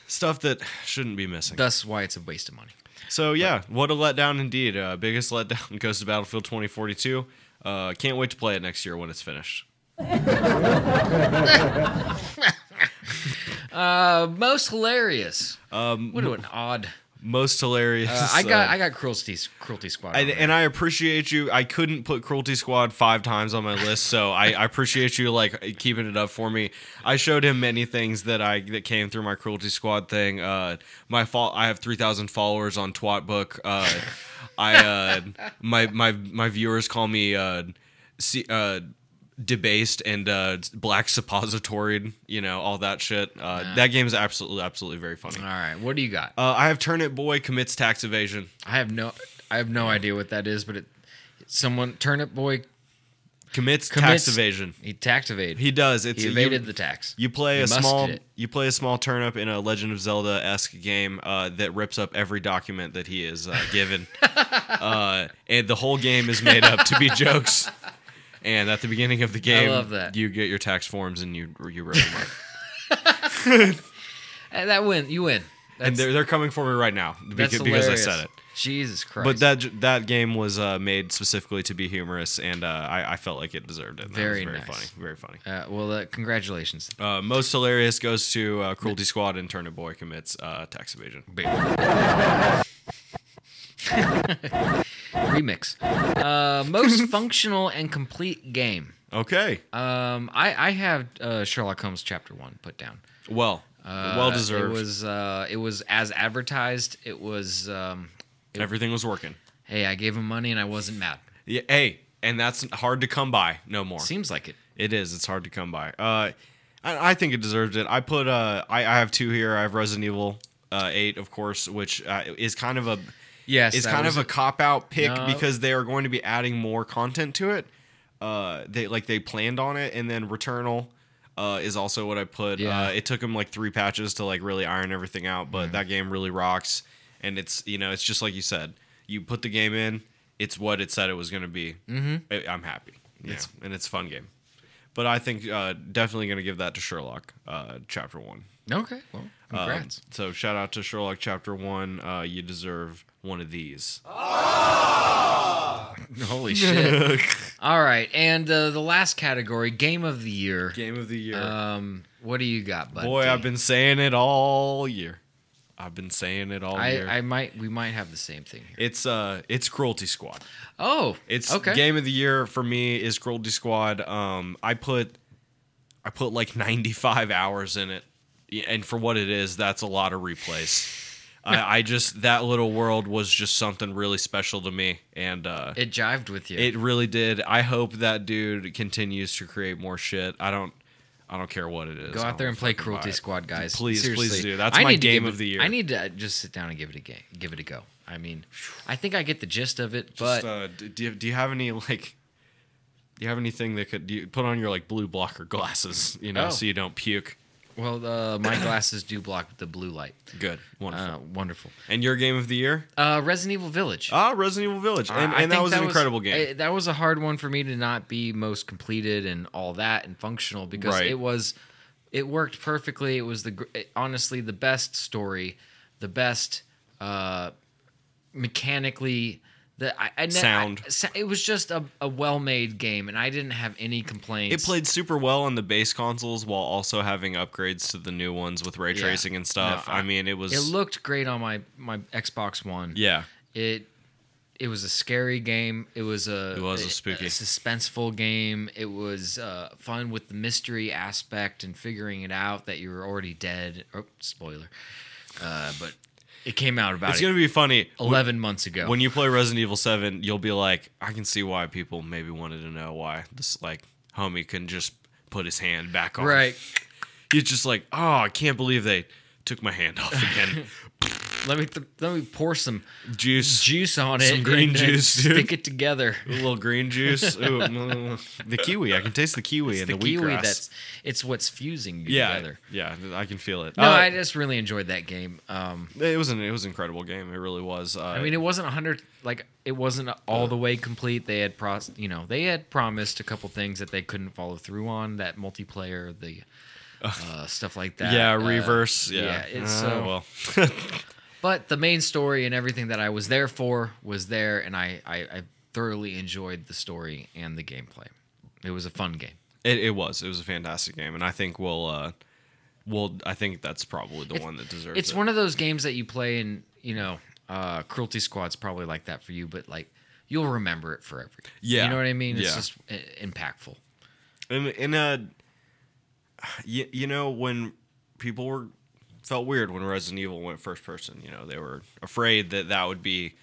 [SPEAKER 1] Stuff that shouldn't be missing.
[SPEAKER 2] That's why it's a waste of money.
[SPEAKER 1] So yeah, what a letdown indeed. Uh, biggest letdown goes to Battlefield 2042. Uh, can't wait to play it next year when it's finished.
[SPEAKER 2] Uh, most hilarious. Um, what an odd.
[SPEAKER 1] Most hilarious.
[SPEAKER 2] Uh, I got
[SPEAKER 1] uh,
[SPEAKER 2] I got cruelty cruelty squad.
[SPEAKER 1] and,
[SPEAKER 2] on
[SPEAKER 1] and I appreciate you. I couldn't put Cruelty Squad five times on my list, so I, I appreciate you like keeping it up for me. I showed him many things that I that came through my Cruelty Squad thing. Uh, my fault. I have three thousand followers on Twatbook. Uh, I uh, my my my viewers call me uh, see, uh, debased and uh, black suppository. You know all that shit. Uh, That game is absolutely absolutely very funny.
[SPEAKER 2] All right, what do you got?
[SPEAKER 1] Uh, I have Turnip Boy commits tax evasion.
[SPEAKER 2] I have no I have no idea what that is, but it someone turnip boy
[SPEAKER 1] Commits,
[SPEAKER 2] Commits-
[SPEAKER 1] tax evasion.
[SPEAKER 2] he taxivated.
[SPEAKER 1] He does. It's
[SPEAKER 2] he
[SPEAKER 1] you-
[SPEAKER 2] evaded the tax.
[SPEAKER 1] You play
[SPEAKER 2] He
[SPEAKER 1] a
[SPEAKER 2] musted
[SPEAKER 1] small
[SPEAKER 2] it.
[SPEAKER 1] you play a small turnip in a Legend of Zelda esque game uh, that rips up every document that he is uh, given, uh, and the whole game is made up to be jokes. And at the beginning of the game,
[SPEAKER 2] love that.
[SPEAKER 1] you get your tax forms and you you rip them up.
[SPEAKER 2] And Uh, that win, you win. That's,
[SPEAKER 1] and they're they're coming for me right now
[SPEAKER 2] that's
[SPEAKER 1] because, because I
[SPEAKER 2] hilarious.
[SPEAKER 1] said it.
[SPEAKER 2] Jesus Christ!
[SPEAKER 1] But that j- that game was uh, made specifically to be humorous, and uh, I, I felt like it deserved it. and that was
[SPEAKER 2] Very
[SPEAKER 1] very
[SPEAKER 2] nice.
[SPEAKER 1] funny, very funny.
[SPEAKER 2] uh, well, uh, congratulations.
[SPEAKER 1] Uh, most hilarious goes to uh, Cruelty Squad and Turnip Boy commits uh, tax evasion.
[SPEAKER 2] Big. Remix. Uh, most functional and complete game.
[SPEAKER 1] Okay.
[SPEAKER 2] Um, I, I have uh, Sherlock Holmes Chapter One put down.
[SPEAKER 1] Well,
[SPEAKER 2] Uh,
[SPEAKER 1] well deserved.
[SPEAKER 2] It was uh, it was as advertised. It was um,
[SPEAKER 1] Everything was working.
[SPEAKER 2] hey, I gave him money and I wasn't mad.
[SPEAKER 1] Yeah, hey, and that's hard to come by no more.
[SPEAKER 2] Seems like it.
[SPEAKER 1] It is. It's hard to come by. Uh, I, I think it deserved it. I put. Uh, I, I have two here. I have Resident Evil uh, Eight, of course, which uh, is kind of a
[SPEAKER 2] Yes,
[SPEAKER 1] is
[SPEAKER 2] that
[SPEAKER 1] kind
[SPEAKER 2] was
[SPEAKER 1] of a cop out pick
[SPEAKER 2] No.
[SPEAKER 1] because they are going to be adding more content to it. Uh, they like they planned on it, and then Returnal. Uh, is also what I put.
[SPEAKER 2] Yeah.
[SPEAKER 1] Uh, it took them like three patches to like really iron everything out, but that game really rocks. And it's you know it's just like you said, you put the game in, it's what it said it was going to be. Mm-hmm. I, am happy. It's and it's a fun game, but I think uh, definitely going to give that to Sherlock uh, Chapter One.
[SPEAKER 2] Okay. Well,
[SPEAKER 1] Um,
[SPEAKER 2] congrats.
[SPEAKER 1] so shout out to Sherlock Chapter One. Uh, you deserve one of these. Ah!
[SPEAKER 2] Holy shit. All right. And uh, the last category, game of the year.
[SPEAKER 1] Game of the year.
[SPEAKER 2] Um, what do you got, buddy?
[SPEAKER 1] Boy, I've been saying it all year. I've been saying it all
[SPEAKER 2] I,
[SPEAKER 1] year.
[SPEAKER 2] I might we might have the same thing here.
[SPEAKER 1] it's uh, it's Cruelty Squad.
[SPEAKER 2] Oh,
[SPEAKER 1] It's
[SPEAKER 2] okay.
[SPEAKER 1] game of the year for me is Cruelty Squad. Um, I put, I put like ninety five hours in it, Yeah, and for what it is, that's a lot of replays. I, I just that little world was just something really special to me, and uh,
[SPEAKER 2] It jived with you.
[SPEAKER 1] it really did. I hope that dude continues to create more shit. I don't, I don't care what it is.
[SPEAKER 2] Go
[SPEAKER 1] I
[SPEAKER 2] out there
[SPEAKER 1] don't
[SPEAKER 2] and play
[SPEAKER 1] Oh, fucking buy
[SPEAKER 2] Cruelty
[SPEAKER 1] it.
[SPEAKER 2] Squad, guys.
[SPEAKER 1] Please, please
[SPEAKER 2] Seriously.
[SPEAKER 1] do. That's my
[SPEAKER 2] need to
[SPEAKER 1] game
[SPEAKER 2] give
[SPEAKER 1] of
[SPEAKER 2] it-
[SPEAKER 1] the year.
[SPEAKER 2] I need to uh, just sit down and give it a game, give it a go. I mean, I think I get the gist of it, but
[SPEAKER 1] Just, uh, d- do, you, do you have any like? Do you have anything that could do you put on your like blue blocker glasses? You know,
[SPEAKER 2] Oh.
[SPEAKER 1] so you don't puke.
[SPEAKER 2] well, uh, my glasses do block the blue light.
[SPEAKER 1] Good, wonderful.
[SPEAKER 2] Uh, wonderful.
[SPEAKER 1] and your game of the year?
[SPEAKER 2] Uh, Resident Evil Village.
[SPEAKER 1] Ah, Resident Evil Village, and,
[SPEAKER 2] I- I
[SPEAKER 1] and that
[SPEAKER 2] think
[SPEAKER 1] was an incredible game.
[SPEAKER 2] I- that was a hard one for me to not be most completed and all that and functional because
[SPEAKER 1] Right.
[SPEAKER 2] it was, it worked perfectly. It was the gr- it- honestly the best story, the best uh, mechanically. The I, I ne-
[SPEAKER 1] Sound.
[SPEAKER 2] I- sa- it was just a, a well made game, and I didn't have any complaints.
[SPEAKER 1] It played super well on the base consoles while also having upgrades to the new ones with ray
[SPEAKER 2] Yeah.
[SPEAKER 1] tracing and stuff.
[SPEAKER 2] No,
[SPEAKER 1] I mean, it was
[SPEAKER 2] It looked great on my my Xbox One.
[SPEAKER 1] yeah,
[SPEAKER 2] it it was a scary game. It was a
[SPEAKER 1] It was a spooky.
[SPEAKER 2] suspenseful game. It was uh, fun with the mystery aspect and figuring it out that you were already dead. Oh, spoiler! Uh, but it came out about
[SPEAKER 1] it's
[SPEAKER 2] it-
[SPEAKER 1] gonna be funny.
[SPEAKER 2] eleven months ago.
[SPEAKER 1] When you play Resident Evil Seven, you'll be like, I can see why people maybe wanted to know why this like homie couldn't just put his hand back on.
[SPEAKER 2] right,
[SPEAKER 1] He's just like, oh, I can't believe they took my hand off again.
[SPEAKER 2] let me th- let me pour some
[SPEAKER 1] Juice,
[SPEAKER 2] juice on it.
[SPEAKER 1] Some green
[SPEAKER 2] and then
[SPEAKER 1] juice, dude.
[SPEAKER 2] Stick it together.
[SPEAKER 1] a little green juice. Ooh, mm, the kiwi. I can taste the kiwi and the,
[SPEAKER 2] the kiwi.
[SPEAKER 1] wheatgrass.
[SPEAKER 2] That's it's what's fusing you
[SPEAKER 1] yeah,
[SPEAKER 2] together.
[SPEAKER 1] yeah. I can feel it.
[SPEAKER 2] No,
[SPEAKER 1] Uh,
[SPEAKER 2] I just really enjoyed that game. Um,
[SPEAKER 1] it was an it was an incredible game. It really was. Uh,
[SPEAKER 2] I mean, it wasn't hundred like it wasn't all the way complete. They had pros, you know, they had promised a couple things that they couldn't follow through on. That multiplayer, the uh, stuff like that.
[SPEAKER 1] yeah,
[SPEAKER 2] Uh,
[SPEAKER 1] reverse. yeah.
[SPEAKER 2] yeah, it's,
[SPEAKER 1] Uh,
[SPEAKER 2] uh,
[SPEAKER 1] well,
[SPEAKER 2] but the main story and everything that I was there for was there, and I, I, I thoroughly enjoyed the story and the gameplay. It was a fun game.
[SPEAKER 1] it, it was. It was a fantastic game, and I think we'll. Uh, well, I think that's probably the one that deserves
[SPEAKER 2] It's
[SPEAKER 1] it.
[SPEAKER 2] one of those games that you play, and you know, uh, Cruelty Squad's probably like that for you, but like you'll remember it forever.
[SPEAKER 1] Yeah.
[SPEAKER 2] you know what I mean. It's
[SPEAKER 1] Yeah.
[SPEAKER 2] just i- impactful.
[SPEAKER 1] And in a, you, you know when people were felt weird when Resident Evil went first person. You know they were afraid that that would be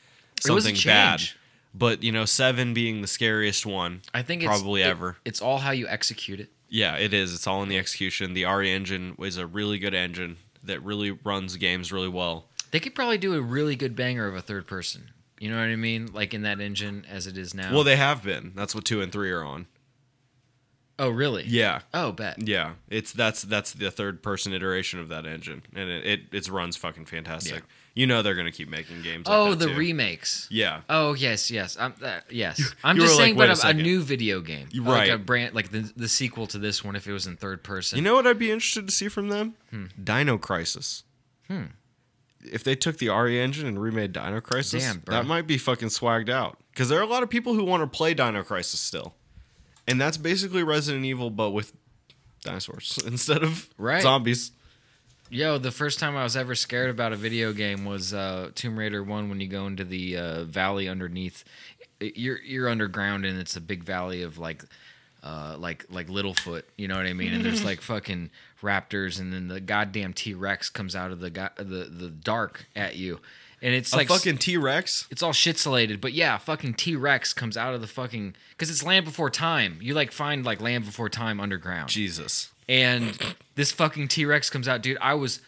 [SPEAKER 2] It was a
[SPEAKER 1] something bad.
[SPEAKER 2] change.
[SPEAKER 1] But you know seven being the scariest one,
[SPEAKER 2] I think it's,
[SPEAKER 1] probably
[SPEAKER 2] it-
[SPEAKER 1] ever.
[SPEAKER 2] it's all how you execute it.
[SPEAKER 1] Yeah, it is. It's all in the execution. The RE engine is a really good engine that really runs games really well.
[SPEAKER 2] They could probably do a really good banger of a third person. You know what I mean? Like in that engine as it is now.
[SPEAKER 1] Well, they have been. That's what two and three are on.
[SPEAKER 2] oh really?
[SPEAKER 1] Yeah,
[SPEAKER 2] Oh bet.
[SPEAKER 1] yeah. It's that's that's the third person iteration of that engine, and it it, it runs fucking fantastic.
[SPEAKER 2] Yeah.
[SPEAKER 1] You know they're gonna keep making games. Like
[SPEAKER 2] oh
[SPEAKER 1] that,
[SPEAKER 2] the
[SPEAKER 1] too.
[SPEAKER 2] remakes.
[SPEAKER 1] Yeah.
[SPEAKER 2] Oh yes, yes. I'm uh, yes. I'm
[SPEAKER 1] you
[SPEAKER 2] just
[SPEAKER 1] were like,
[SPEAKER 2] saying,
[SPEAKER 1] "Wait a
[SPEAKER 2] but a, a
[SPEAKER 1] second."
[SPEAKER 2] new video game,
[SPEAKER 1] You-
[SPEAKER 2] Like a
[SPEAKER 1] right.
[SPEAKER 2] brand, like the, the sequel to this one, if it was in third person.
[SPEAKER 1] You know what I'd be interested to see from them?
[SPEAKER 2] Hmm.
[SPEAKER 1] Dino Crisis. Hmm. If they took the RE engine and remade Dino Crisis,
[SPEAKER 2] Damn, bro.
[SPEAKER 1] that might be fucking swagged out. Because there are a lot of people who want to play Dino Crisis still, and that's basically Resident Evil but with dinosaurs instead of
[SPEAKER 2] Right.
[SPEAKER 1] zombies.
[SPEAKER 2] Yo, the first time I was ever scared about a video game was uh, Tomb Raider One when you go into the uh, valley underneath. You're you're underground and it's a big valley of like. Uh, like like Littlefoot, you know what I mean? And there's like fucking raptors, and then the goddamn T Rex comes out of the go- the the dark at you, and it's
[SPEAKER 1] A
[SPEAKER 2] like
[SPEAKER 1] fucking T Rex.
[SPEAKER 2] it's all shitsolated, but yeah, fucking T Rex comes out of the fucking because it's Land Before Time. You like find like Land Before Time underground,
[SPEAKER 1] Jesus.
[SPEAKER 2] and this fucking T Rex comes out, dude. I was,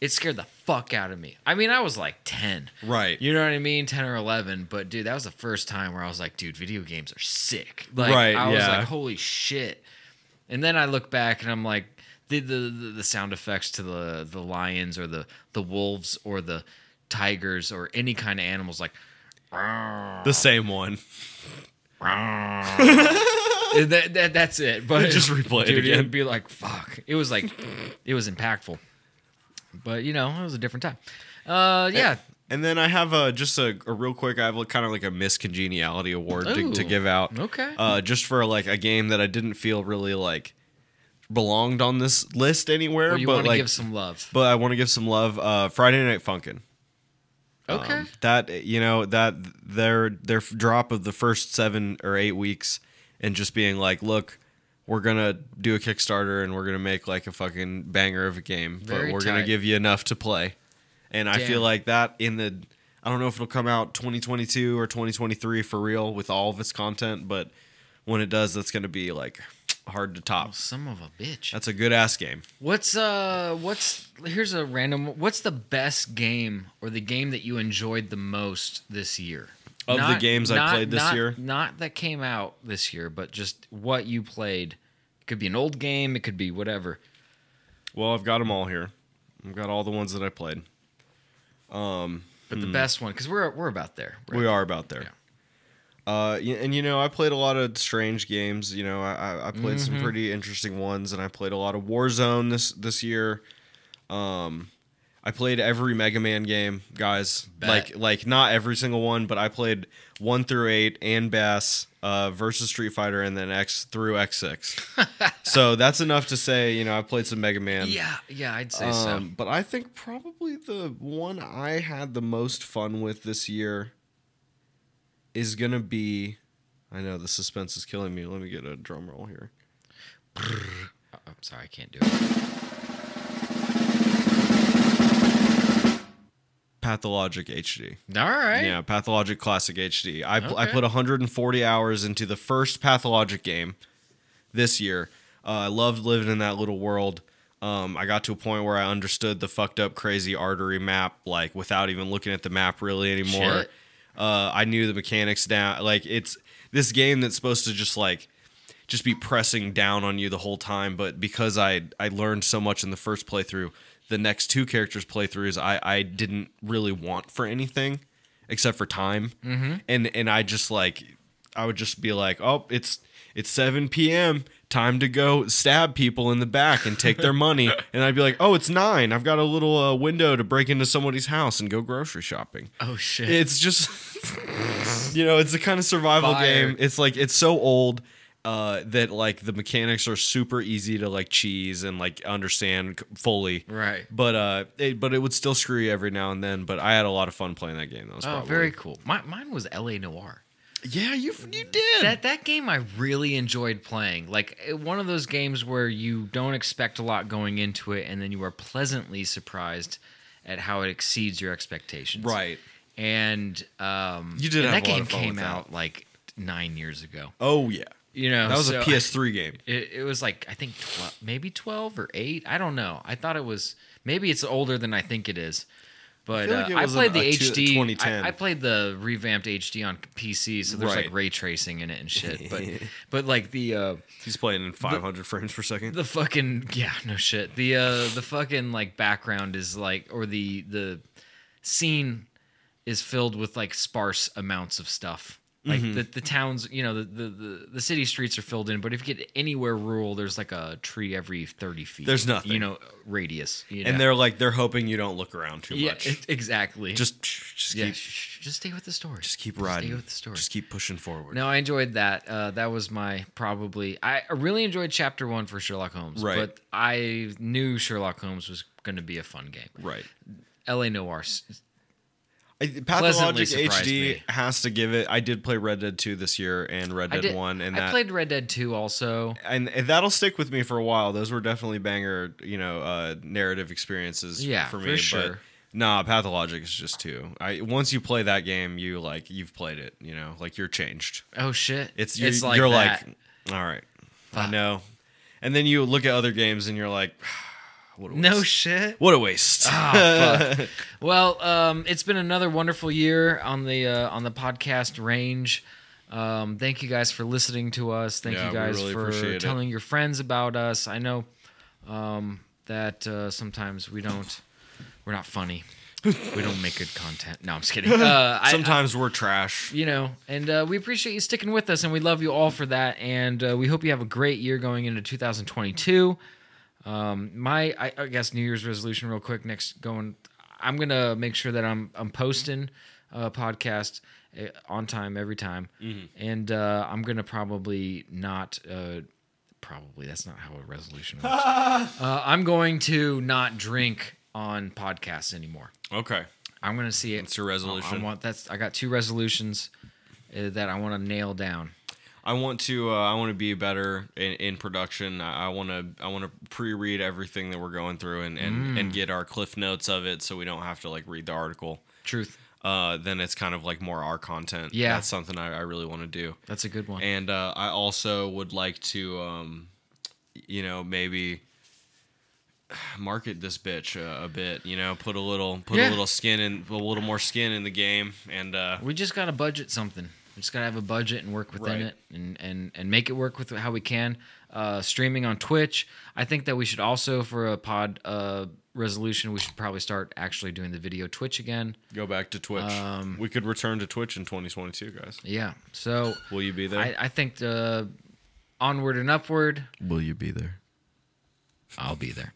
[SPEAKER 2] it scared the fuck out of me. I mean, I was like ten,
[SPEAKER 1] Right.
[SPEAKER 2] You know what I mean, ten or eleven. But dude, that was the first time where I was like, dude, video games are sick. Like,
[SPEAKER 1] Right,
[SPEAKER 2] I was
[SPEAKER 1] yeah.
[SPEAKER 2] like, holy shit. And then I look back and I'm like, the the, the, the sound effects to the the lions or the the wolves or the tigers or any kind of animals like
[SPEAKER 1] The same one.
[SPEAKER 2] that, that, that's it. But
[SPEAKER 1] Just replay it
[SPEAKER 2] dude,
[SPEAKER 1] again.
[SPEAKER 2] It'd be like fuck. It was like it was impactful, but you know it was a different time. Uh, yeah,
[SPEAKER 1] And then I have uh just a, a real quick. I have like, kind of like a miscongeniality award to,
[SPEAKER 2] Ooh.
[SPEAKER 1] to give out.
[SPEAKER 2] Okay.
[SPEAKER 1] Uh, just for like a game that I didn't feel really like belonged on this list anywhere.
[SPEAKER 2] Well, you
[SPEAKER 1] but
[SPEAKER 2] want to
[SPEAKER 1] like,
[SPEAKER 2] give some love.
[SPEAKER 1] but I want to give some love. Uh, Friday Night Funkin'.
[SPEAKER 2] Okay,
[SPEAKER 1] Um, that you know that their their f- drop of the first seven or eight weeks and just being like, look, we're gonna do a Kickstarter and we're gonna make like a fucking banger of a game,
[SPEAKER 2] Very
[SPEAKER 1] but we're
[SPEAKER 2] tight.
[SPEAKER 1] gonna give you enough to play. And I feel
[SPEAKER 2] Damn.
[SPEAKER 1] like that in the I don't know if it'll come out 2022 or 2023 for real with all of its content, but when it does, that's gonna be like hard to top.
[SPEAKER 2] some of a bitch.
[SPEAKER 1] That's a good ass game.
[SPEAKER 2] What's uh what's here's a random what's the best game or the game that you enjoyed the most this year?
[SPEAKER 1] Of the games I played this
[SPEAKER 2] not-
[SPEAKER 1] year?
[SPEAKER 2] Not that came out this year, but just what you played. It could be an old game, it could be whatever.
[SPEAKER 1] Well, I've got them all here. I've got all the ones that I played.
[SPEAKER 2] But the best one cuz we're we're about there.
[SPEAKER 1] Hmm. We are about there. Uh, y- and you know, I played a lot of strange games. You know, I- I, I played
[SPEAKER 2] Mm-hmm.
[SPEAKER 1] some pretty interesting ones, and I played a lot of Warzone this this year. Um, I played every Mega Man game, guys.
[SPEAKER 2] Bet.
[SPEAKER 1] Like like not every single one, but I played one through eight and Bass uh, versus Street Fighter, and then X through X six. so that's enough to say, you know, I played some Mega Man.
[SPEAKER 2] Yeah, yeah, I'd say
[SPEAKER 1] Um, but I think probably the one I had the most fun with this year is gonna be. I know the suspense is killing me. Let me get a drum roll here.
[SPEAKER 2] so. Oh, I'm sorry, I can't do it.
[SPEAKER 1] Pathologic HD.
[SPEAKER 2] All right.
[SPEAKER 1] Yeah, Pathologic Classic HD. I, pl- I
[SPEAKER 2] Okay.
[SPEAKER 1] put 140 hours into the first Pathologic game this year. Uh, I loved living in that little world. Um, I got to a point where I understood the fucked up, crazy artery map, like without even looking at the map really anymore.
[SPEAKER 2] Shit.
[SPEAKER 1] Uh, I knew the mechanics down. Like it's this game that's supposed to just like just be pressing down on you the whole time. But because I I learned so much in the first playthrough, the next two characters' playthroughs I I didn't really want for anything except for time. Mm-hmm. And and I just like I would just be like, oh, it's it's 7 p.m. Time to go stab people in the back and take their money. And I'd be like, oh, it's nine. I've got a little uh, window to break into somebody's house and go grocery shopping.
[SPEAKER 2] Oh shit.
[SPEAKER 1] It's just, you know, it's a kind of survival
[SPEAKER 2] Fire.
[SPEAKER 1] game. It's like it's so old uh, that like the mechanics are super easy to like cheese and like understand c- fully.
[SPEAKER 2] Right.
[SPEAKER 1] But uh, it, but it would still screw you every now and then. But I had a lot of fun playing that game. That was
[SPEAKER 2] oh,
[SPEAKER 1] probably-
[SPEAKER 2] very cool. My, mine was L.A. Noir.
[SPEAKER 1] Yeah, you you did.
[SPEAKER 2] That that game I really enjoyed playing. Like it- one of those games where you don't expect a lot going into it, and then you are pleasantly surprised at how it exceeds your expectations.
[SPEAKER 1] right.
[SPEAKER 2] And um,
[SPEAKER 1] You did
[SPEAKER 2] and
[SPEAKER 1] have
[SPEAKER 2] that
[SPEAKER 1] a lot
[SPEAKER 2] game
[SPEAKER 1] of fun
[SPEAKER 2] came
[SPEAKER 1] with that.
[SPEAKER 2] out like nine years ago.
[SPEAKER 1] Oh yeah.
[SPEAKER 2] You know
[SPEAKER 1] That was
[SPEAKER 2] so-
[SPEAKER 1] a PS3 game.
[SPEAKER 2] It, it was like I think 12, maybe twelve or eight. I don't know. I thought it was maybe it's older than I think it is. But
[SPEAKER 1] feel
[SPEAKER 2] uh, I,
[SPEAKER 1] like it was
[SPEAKER 2] played
[SPEAKER 1] an-
[SPEAKER 2] the
[SPEAKER 1] a two-
[SPEAKER 2] HD.
[SPEAKER 1] 2010.
[SPEAKER 2] I, I played the revamped HD on PC, so there's
[SPEAKER 1] Right.
[SPEAKER 2] like ray tracing in it and shit. But but like the uh,
[SPEAKER 1] He's playing in 500 frames per second.
[SPEAKER 2] the fucking yeah, no shit. The uh, the fucking like background is like, or the the scene is filled with like sparse amounts of stuff. Like
[SPEAKER 1] Mm-hmm.
[SPEAKER 2] the, the towns, you know, the, the, the, the city streets are filled in, but if you get anywhere rural, there's like a tree every 30 feet.
[SPEAKER 1] There's nothing.
[SPEAKER 2] You know, radius. You know?
[SPEAKER 1] and they're like they're hoping you don't look around too
[SPEAKER 2] yeah,
[SPEAKER 1] much.
[SPEAKER 2] e- exactly.
[SPEAKER 1] just just
[SPEAKER 2] yeah,
[SPEAKER 1] keep
[SPEAKER 2] sh- sh- just stay with the story.
[SPEAKER 1] just keep riding.
[SPEAKER 2] Stay with the story.
[SPEAKER 1] Just keep pushing forward.
[SPEAKER 2] No, I enjoyed that. Uh, that was my probably. I I really enjoyed chapter one for Sherlock Holmes.
[SPEAKER 1] Right.
[SPEAKER 2] But I knew Sherlock Holmes was going to be a fun game.
[SPEAKER 1] Right.
[SPEAKER 2] L.A. Noir. s-
[SPEAKER 1] I, Pathologic
[SPEAKER 2] surprised
[SPEAKER 1] HD
[SPEAKER 2] me.
[SPEAKER 1] has to give it. I did play Red Dead 2 this year and Red
[SPEAKER 2] I
[SPEAKER 1] Dead
[SPEAKER 2] did
[SPEAKER 1] 1 and
[SPEAKER 2] I
[SPEAKER 1] that
[SPEAKER 2] played Red Dead Two also.
[SPEAKER 1] and and that'll stick with me for a while. Those were definitely banger, you know, uh, narrative experiences
[SPEAKER 2] Yeah,
[SPEAKER 1] for
[SPEAKER 2] for
[SPEAKER 1] me, but
[SPEAKER 2] sure.
[SPEAKER 1] Nah, Pathologic is just too. I once you play that game, you like you've played it, you know, like you're changed.
[SPEAKER 2] Oh shit!
[SPEAKER 1] It's you,
[SPEAKER 2] like
[SPEAKER 1] you're
[SPEAKER 2] that.
[SPEAKER 1] like, all right, I
[SPEAKER 2] Fuck.
[SPEAKER 1] know. And then you look at other games and you're like, what a waste.
[SPEAKER 2] no shit.
[SPEAKER 1] what a waste.
[SPEAKER 2] Ah, fuck. Well, um, it's been another wonderful year on the uh, on the podcast range. Um, thank you guys for listening to us. Thank
[SPEAKER 1] Yeah,
[SPEAKER 2] you
[SPEAKER 1] we
[SPEAKER 2] guys
[SPEAKER 1] really appreciate
[SPEAKER 2] for
[SPEAKER 1] it.
[SPEAKER 2] telling your friends about us. I know um, that uh, sometimes we don't we're not funny. we don't make good content. No, I'm just kidding. Uh, I- I,
[SPEAKER 1] Sometimes we're trash.
[SPEAKER 2] you know, and uh, we appreciate you sticking with us, and we love you all for that. And uh, we hope you have a great year going into 2022. Um, my, I, I guess, New Year's resolution, real quick. Next, going, I'm gonna make sure that I'm I'm posting a podcast uh, on time every time, and uh, I'm gonna probably not. Uh, probably that's not how a resolution works. uh, I'm going to not drink on podcasts anymore.
[SPEAKER 1] Okay.
[SPEAKER 2] I'm gonna see it.
[SPEAKER 1] It's your resolution.
[SPEAKER 2] I want that's. I got two resolutions uh, that I want to nail down.
[SPEAKER 1] I want to. Uh, I want to be better in, in production. I want to. I want to pre-read everything that we're going through and and,
[SPEAKER 2] Mm.
[SPEAKER 1] and get our cliff notes of it, so we don't have to like read the article.
[SPEAKER 2] Truth.
[SPEAKER 1] Uh, then it's kind of like more our content.
[SPEAKER 2] Yeah.
[SPEAKER 1] that's something I, I really want to do.
[SPEAKER 2] That's a good one.
[SPEAKER 1] And uh, I also would like to, um, you know, maybe market this bitch uh, a bit. You know, put a little, put
[SPEAKER 2] Yeah.
[SPEAKER 1] a little skin in, a little more skin in the game, and uh,
[SPEAKER 2] we just gotta budget something. We just gotta have a budget and work within
[SPEAKER 1] Right.
[SPEAKER 2] it, and and and make it work with how we can. Uh, streaming on Twitch. I think that we should also for a pod uh, resolution, we should probably start actually doing the video Twitch again.
[SPEAKER 1] go back to Twitch.
[SPEAKER 2] Um,
[SPEAKER 1] we could return to Twitch in 2022, guys.
[SPEAKER 2] Yeah. So
[SPEAKER 1] Will you be there?
[SPEAKER 2] I, I think the onward and upward.
[SPEAKER 1] Will you be there?
[SPEAKER 2] I'll be there.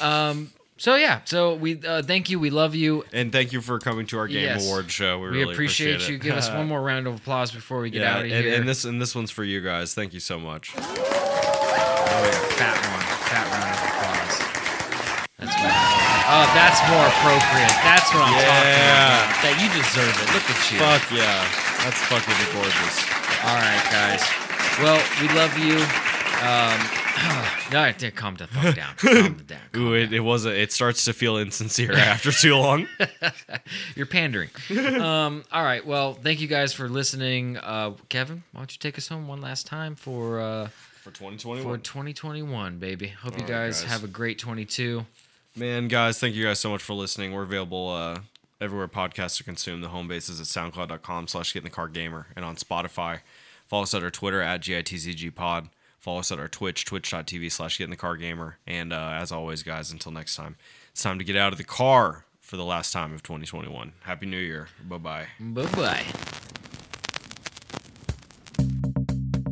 [SPEAKER 2] Um. So yeah. So we uh, thank you. We love you.
[SPEAKER 1] And thank you for coming to our game
[SPEAKER 2] Yes.
[SPEAKER 1] award show. We,
[SPEAKER 2] We
[SPEAKER 1] really
[SPEAKER 2] appreciate, you.
[SPEAKER 1] it.
[SPEAKER 2] Give us one more round of applause before we get
[SPEAKER 1] yeah,
[SPEAKER 2] out
[SPEAKER 1] and,
[SPEAKER 2] of here.
[SPEAKER 1] and this and this one's for you guys. Thank you so much.
[SPEAKER 2] fat one, fat Oh, round of applause. That's more. Oh, that's more appropriate. That's what I'm talking
[SPEAKER 1] Yeah.
[SPEAKER 2] about. That you deserve it. Look at you.
[SPEAKER 1] Fuck yeah, that's fucking gorgeous.
[SPEAKER 2] All right, guys. Well, we love you. Um, no, I did calm the fuck down. Calm the down.
[SPEAKER 1] Ooh, it, it was a, it starts to feel insincere after too long.
[SPEAKER 2] You're pandering. Um, all right. Well, thank you guys for listening. Uh, Kevin, why don't you take us home one last time for. Uh,
[SPEAKER 1] For 2021.
[SPEAKER 2] for 2021, baby. Hope you
[SPEAKER 1] All right,
[SPEAKER 2] guys,
[SPEAKER 1] guys.
[SPEAKER 2] have a great 22.
[SPEAKER 1] Man, guys, thank you guys so much for listening. We're available uh, everywhere podcasts are consumed. The home base is at soundcloud.com slash get in the car gamer and on Spotify. Follow us at our Twitter at GITCG pod. Follow us at our Twitch, twitch.tv slash get in the car gamer. And uh, as always, guys, until next time, it's time to get out of the car for the last time of 2021. Happy New Year. Bye bye.
[SPEAKER 2] Bye bye.